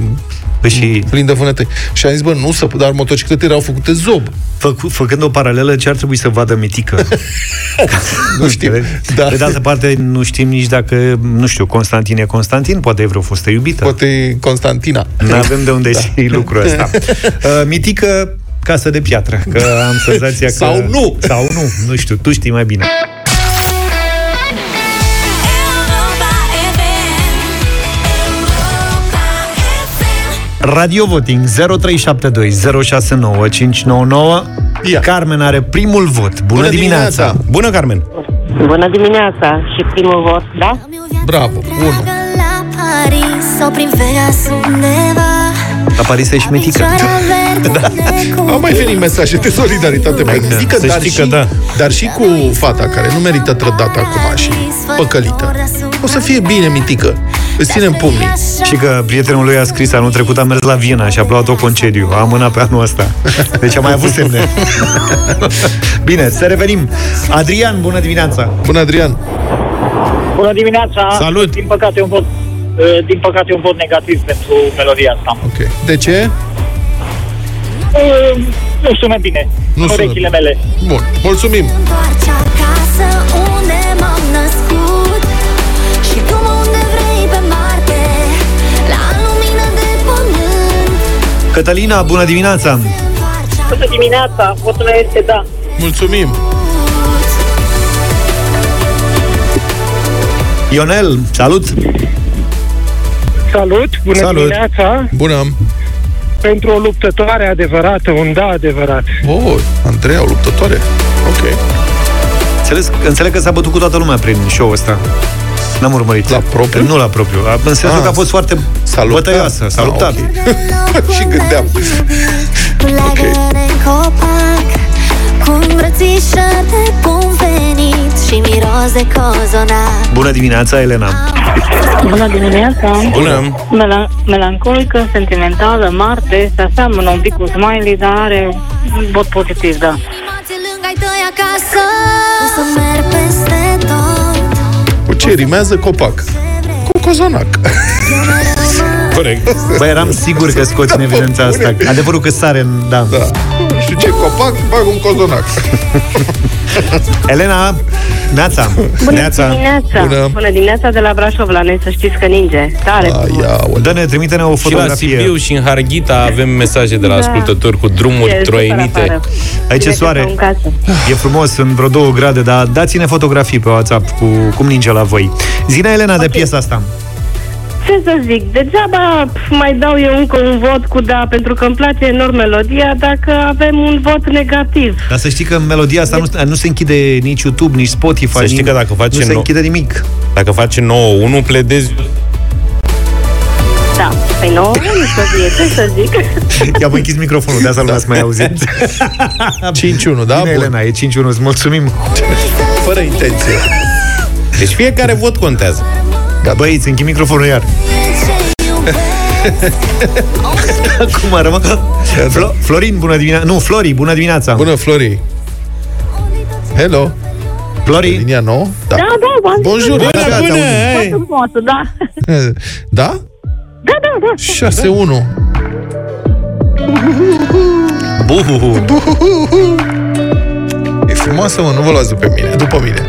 Speaker 3: Păi și
Speaker 2: plin de vânătăi. Și am zis, bă, nu să... Dar motocicletele erau făcute zob.
Speaker 3: făcu- făcând o paralelă, ce ar trebui să vadă Mitică?
Speaker 2: Nu știu.
Speaker 3: Da.
Speaker 2: Da.
Speaker 3: Pe de altă parte, nu știm nici dacă, nu știu, Constantin e Constantin, poate e vreo fostă iubită.
Speaker 2: Poate e Constantina.
Speaker 3: Nu avem de unde da. și lucrul ăsta. Uh, mitică casă de piatră, că am senzația că...
Speaker 2: Sau nu.
Speaker 3: Sau nu, nu știu, tu știi mai bine. Radio Voting 0372069599
Speaker 2: Ia.
Speaker 3: Carmen are primul vot. Bună,
Speaker 2: Bună
Speaker 3: dimineața!
Speaker 2: dimineața!
Speaker 3: Bună, Carmen!
Speaker 12: Bună dimineața și primul vot, da?
Speaker 2: Bravo, unu.
Speaker 13: La Paris sau prin Vegas undeva
Speaker 3: La Paris e și mitică.
Speaker 13: da.
Speaker 2: Au mai venit mesaje de solidaritate pentru
Speaker 3: Hai,
Speaker 2: Zică,
Speaker 3: să
Speaker 2: dar,
Speaker 3: știi
Speaker 2: și,
Speaker 3: că da.
Speaker 2: dar și cu fata care nu merită trădată acum și păcălită. O să fie bine, mitică. Îți ținem pumnii.
Speaker 3: Și că prietenul lui a scris anul trecut a mers la Viena și a luat o concediu. A amânat pe anul ăsta. Deci a mai avut semne. Bine, să revenim. Adrian, bună dimineața!
Speaker 2: Bună, Adrian.
Speaker 11: Bună dimineața!
Speaker 3: Salut!
Speaker 11: Din păcate un vot, uh, din păcate un vot negativ pentru melodia asta.
Speaker 2: Ok. De ce?
Speaker 11: Uh, Nu sună bine.
Speaker 2: Nu sună
Speaker 11: Urechile
Speaker 2: bine.
Speaker 11: mele.
Speaker 2: Bun. Mulțumim.
Speaker 13: Întoarce acasă unde m-am născut Și drum unde vrei pe Marte La lumină de pământ
Speaker 3: Cătălina, bună dimineața!
Speaker 13: Întoarce
Speaker 11: Bună dimineața! Votul meu este da.
Speaker 2: Mulțumim.
Speaker 3: Ionel, salut!
Speaker 11: Salut! Bună
Speaker 3: Salut.
Speaker 11: dimineața!
Speaker 2: Bună.
Speaker 11: Pentru o luptătoare adevărată, un da adevărat.
Speaker 2: Oh, Andreea, o luptătoare. Ok.
Speaker 3: Înțeles, înțeleg că s-a bătut cu toată lumea prin show ăsta. N-am urmărit.
Speaker 2: La propriu?
Speaker 3: Nu la propriu. A- În sensul
Speaker 2: Da. Ah.
Speaker 3: că a fost foarte
Speaker 2: S-a luptat.
Speaker 3: bătăioasă. S-a
Speaker 2: Ah,
Speaker 3: luptat.
Speaker 2: ok.
Speaker 13: Și
Speaker 2: gândeam.
Speaker 13: Ok. Copac, cu îmbrățișate cum venit și miros cose cosono
Speaker 3: Bună dimineața, Elena!
Speaker 14: Bună dimineața!
Speaker 3: Bună!
Speaker 14: Mela- melancolică, sentimentală, marte, se aseamănă un pic cu smiley, dar are un vot pozitiv, da.
Speaker 13: lângă ai tăi acasă O să merg peste tot
Speaker 2: Cu ce rimează copac? Cu cozonac.
Speaker 4: Corect.
Speaker 3: Băi, eram sigur că scoți în evidența asta. Adevărul că sare în... Da. da.
Speaker 2: Nu știu ce copac, bag un cozonac.
Speaker 3: Elena, Neața!
Speaker 15: Bună dimineața! Bună. Bună dimineața de la Brașov la noi, să știți că ninge. Tare!
Speaker 3: Dă-ne, trimite-ne o
Speaker 4: Și
Speaker 3: fotografie.
Speaker 4: la Sibiu și în Harghita avem mesaje de la
Speaker 15: Da.
Speaker 4: ascultători cu
Speaker 15: E
Speaker 4: drumuri
Speaker 15: super
Speaker 4: troienite.
Speaker 15: afară.
Speaker 3: Aici e
Speaker 15: Bine că
Speaker 3: soare.
Speaker 15: stau în casă.
Speaker 3: E frumos, sunt vreo două grade, dar dați-ne fotografii pe WhatsApp cu cum ninge la voi. Zine, Elena, okay. de piesa asta.
Speaker 15: Ce să zic, degeaba pf, mai dau eu încă un vot cu da, pentru că îmi place enorm melodia, dacă avem un vot negativ.
Speaker 3: Dar să știi că melodia asta nu, nu se închide nici YouTube, nici Spotify.
Speaker 4: Să știi
Speaker 3: nici-
Speaker 4: că dacă face
Speaker 3: Nu se
Speaker 4: nou-
Speaker 3: închide nimic.
Speaker 4: Dacă face 9-1, pledezi
Speaker 15: Da, pe nouă, nu să fie, ce să zic.
Speaker 3: I-am închis microfonul, de asta lumea să mai auzit.
Speaker 2: 5-1, da?
Speaker 3: Bine, Elena, e 5-1, îți mulțumim.
Speaker 2: Fără intenție.
Speaker 4: Deci fiecare vot contează.
Speaker 3: Da. Băi, îți închid microfonul iar. Acum a rămas... Flo- Florin, bună dimineața. Nu, Flori, bună dimineața.
Speaker 2: Bună, Flori. Hello.
Speaker 3: Flori.
Speaker 2: Linia nouă? Da,
Speaker 14: da, v-am zis.
Speaker 2: Bonjour.
Speaker 14: Bună,
Speaker 2: Da, da,
Speaker 14: bună,
Speaker 2: te auzim.
Speaker 14: Foarte frumos, da.
Speaker 2: Da?
Speaker 14: Da, da, da.
Speaker 2: 6-1.
Speaker 3: Buhuhu.
Speaker 2: E frumoasă, mă, nu vă luați după mine, după mine.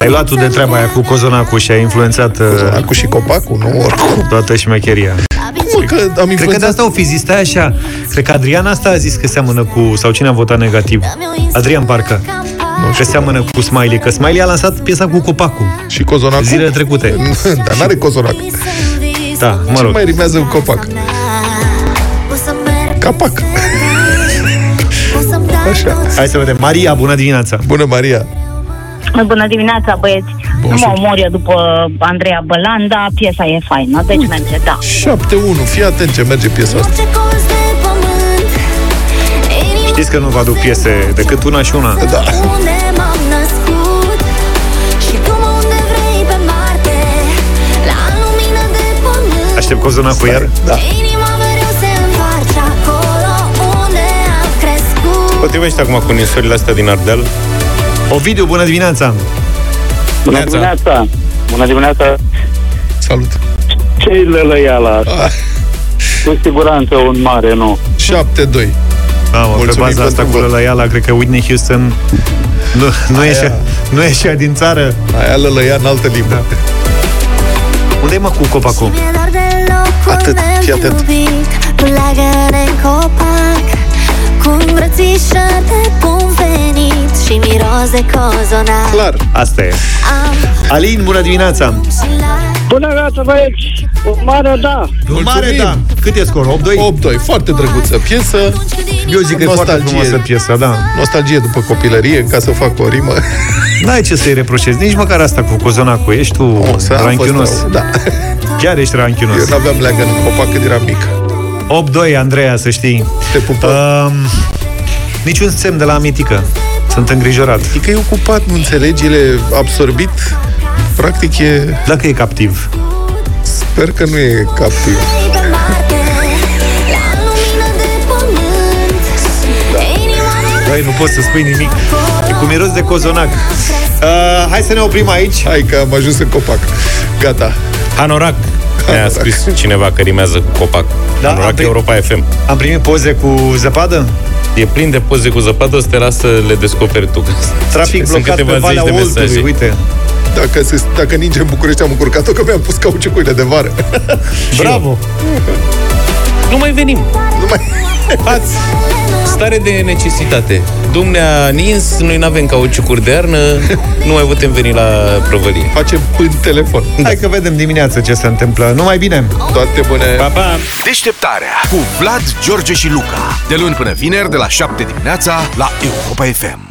Speaker 3: Ai luat tu de treaba aia cu cozonacul și ai influențat... Cozonacul
Speaker 2: și copacul, nu oricum.
Speaker 3: Toată șmecheria.
Speaker 2: Cum că am
Speaker 3: Cred că de asta o fi zis, stai așa. Cred că Adriana asta a zis că seamănă cu... Sau cine a votat negativ? Adrian parcă. Nu, că seamănă cu Smiley, că Smiley a lansat piesa cu copacul.
Speaker 2: Și cozonacul?
Speaker 3: Zilele trecute.
Speaker 2: Dar n-are cozonac.
Speaker 3: Da, mă
Speaker 2: Ce
Speaker 3: rog.
Speaker 2: mai rimează cu copac? Capac. Așa.
Speaker 3: Hai să vedem. Maria, bună dimineața.
Speaker 2: Bună, Maria.
Speaker 16: Bună dimineața, băieți!
Speaker 2: Bun
Speaker 16: nu mă
Speaker 2: și-
Speaker 16: omor eu după Andreea Bălanda, piesa e faină, deci merge, da.
Speaker 2: 7-1, fii atent ce merge piesa asta.
Speaker 3: Știți că nu vă aduc piese decât una și una.
Speaker 2: Da.
Speaker 13: Unde m-am născut Și cum unde vrei pe Marte La lumină de pământ
Speaker 3: Aștept cozonacul iar.
Speaker 2: Da.
Speaker 13: Inima mereu se întoarce acolo Unde am crescut
Speaker 4: Potrivește acum cu ninsorile astea din Ardeal.
Speaker 3: Ovidiu, bună dimineața!
Speaker 17: Bună dimineața! Bună dimineața!
Speaker 2: Salut! Ah,
Speaker 17: Ce-i lălăiala asta? Cu siguranță un mare, nu.
Speaker 2: 7-2.
Speaker 3: Mamă, pe
Speaker 2: Mulțumim
Speaker 3: baza asta
Speaker 2: pentru
Speaker 3: cu
Speaker 2: vot.
Speaker 3: lălăiala, cred că Whitney Houston nu, nu, ieșea, nu ieșea din țară.
Speaker 2: Aia lălăia în altă limbă. Da.
Speaker 3: Unde-i mă cu copacul?
Speaker 13: Atât, fii atent Leagăne în copac Cu îmbrățișate bun venit Și miros de cozonac
Speaker 2: Clar.
Speaker 3: Asta e. Alin, bună dimineața!
Speaker 11: Bună dimineața, băieți! O mare da!
Speaker 3: Un mare, da. Cât e scorul?
Speaker 2: 8-2. 8-2, foarte drăguță piesă.
Speaker 3: Eu zic că e foarte frumoasă piesa, da.
Speaker 2: Nostalgie după copilărie, ca să fac o rimă.
Speaker 3: N-ai ce să-i reproșezi, nici măcar asta cu cozonacul. Ești tu
Speaker 2: să am
Speaker 3: ranchiunos.
Speaker 2: fost rău, da.
Speaker 3: Chiar ești ranchiunos.
Speaker 2: Eu n-aveam leagă în copac când eram mic.
Speaker 3: 8-2, Andreea, să știi.
Speaker 2: Te pupă.
Speaker 3: Um, niciun semn de la mitică. Sunt îngrijorat.
Speaker 2: E că e ocupat, nu înțelegi, el e absorbit. Practic e...
Speaker 3: Dacă e captiv.
Speaker 2: Sper că nu e captiv.
Speaker 3: Băi, nu poți să spui nimic. E cu miros de cozonac. Uh, hai să ne oprim aici.
Speaker 2: Hai că am ajuns în copac. Gata.
Speaker 4: Hanorac. Mi-a scris cineva că rimează cu copac.
Speaker 3: Da, am
Speaker 4: Hanorac
Speaker 3: primit-
Speaker 4: Europa FM.
Speaker 3: Am primit poze cu zăpadă?
Speaker 4: E plin de poze cu zăpadă, o să te las să le descoperi tu.
Speaker 3: Trafic
Speaker 4: Sunt
Speaker 3: blocat pe
Speaker 4: câteva zeci
Speaker 3: Valea
Speaker 4: de
Speaker 3: Oltului,
Speaker 4: mesaje.
Speaker 3: uite.
Speaker 2: Dacă, se, dacă ninge în București am încurcat-o că mi-am pus cauciucurile de vară.
Speaker 3: Bravo!
Speaker 4: Nu mai Păi venim.
Speaker 2: Nu mai...
Speaker 4: Ați stare de necesitate. Dumnea nins, noi n-avem cauciucuri de iarnă, nu mai putem veni la prăvălie.
Speaker 2: Facem până telefon.
Speaker 3: Hai că vedem dimineața ce se întâmplă. Numai bine!
Speaker 2: Toate bune.
Speaker 4: Pa, pa!
Speaker 1: Deșteptarea cu Vlad, George și Luca. De luni până vineri, de la 7 dimineața, la Europa FM.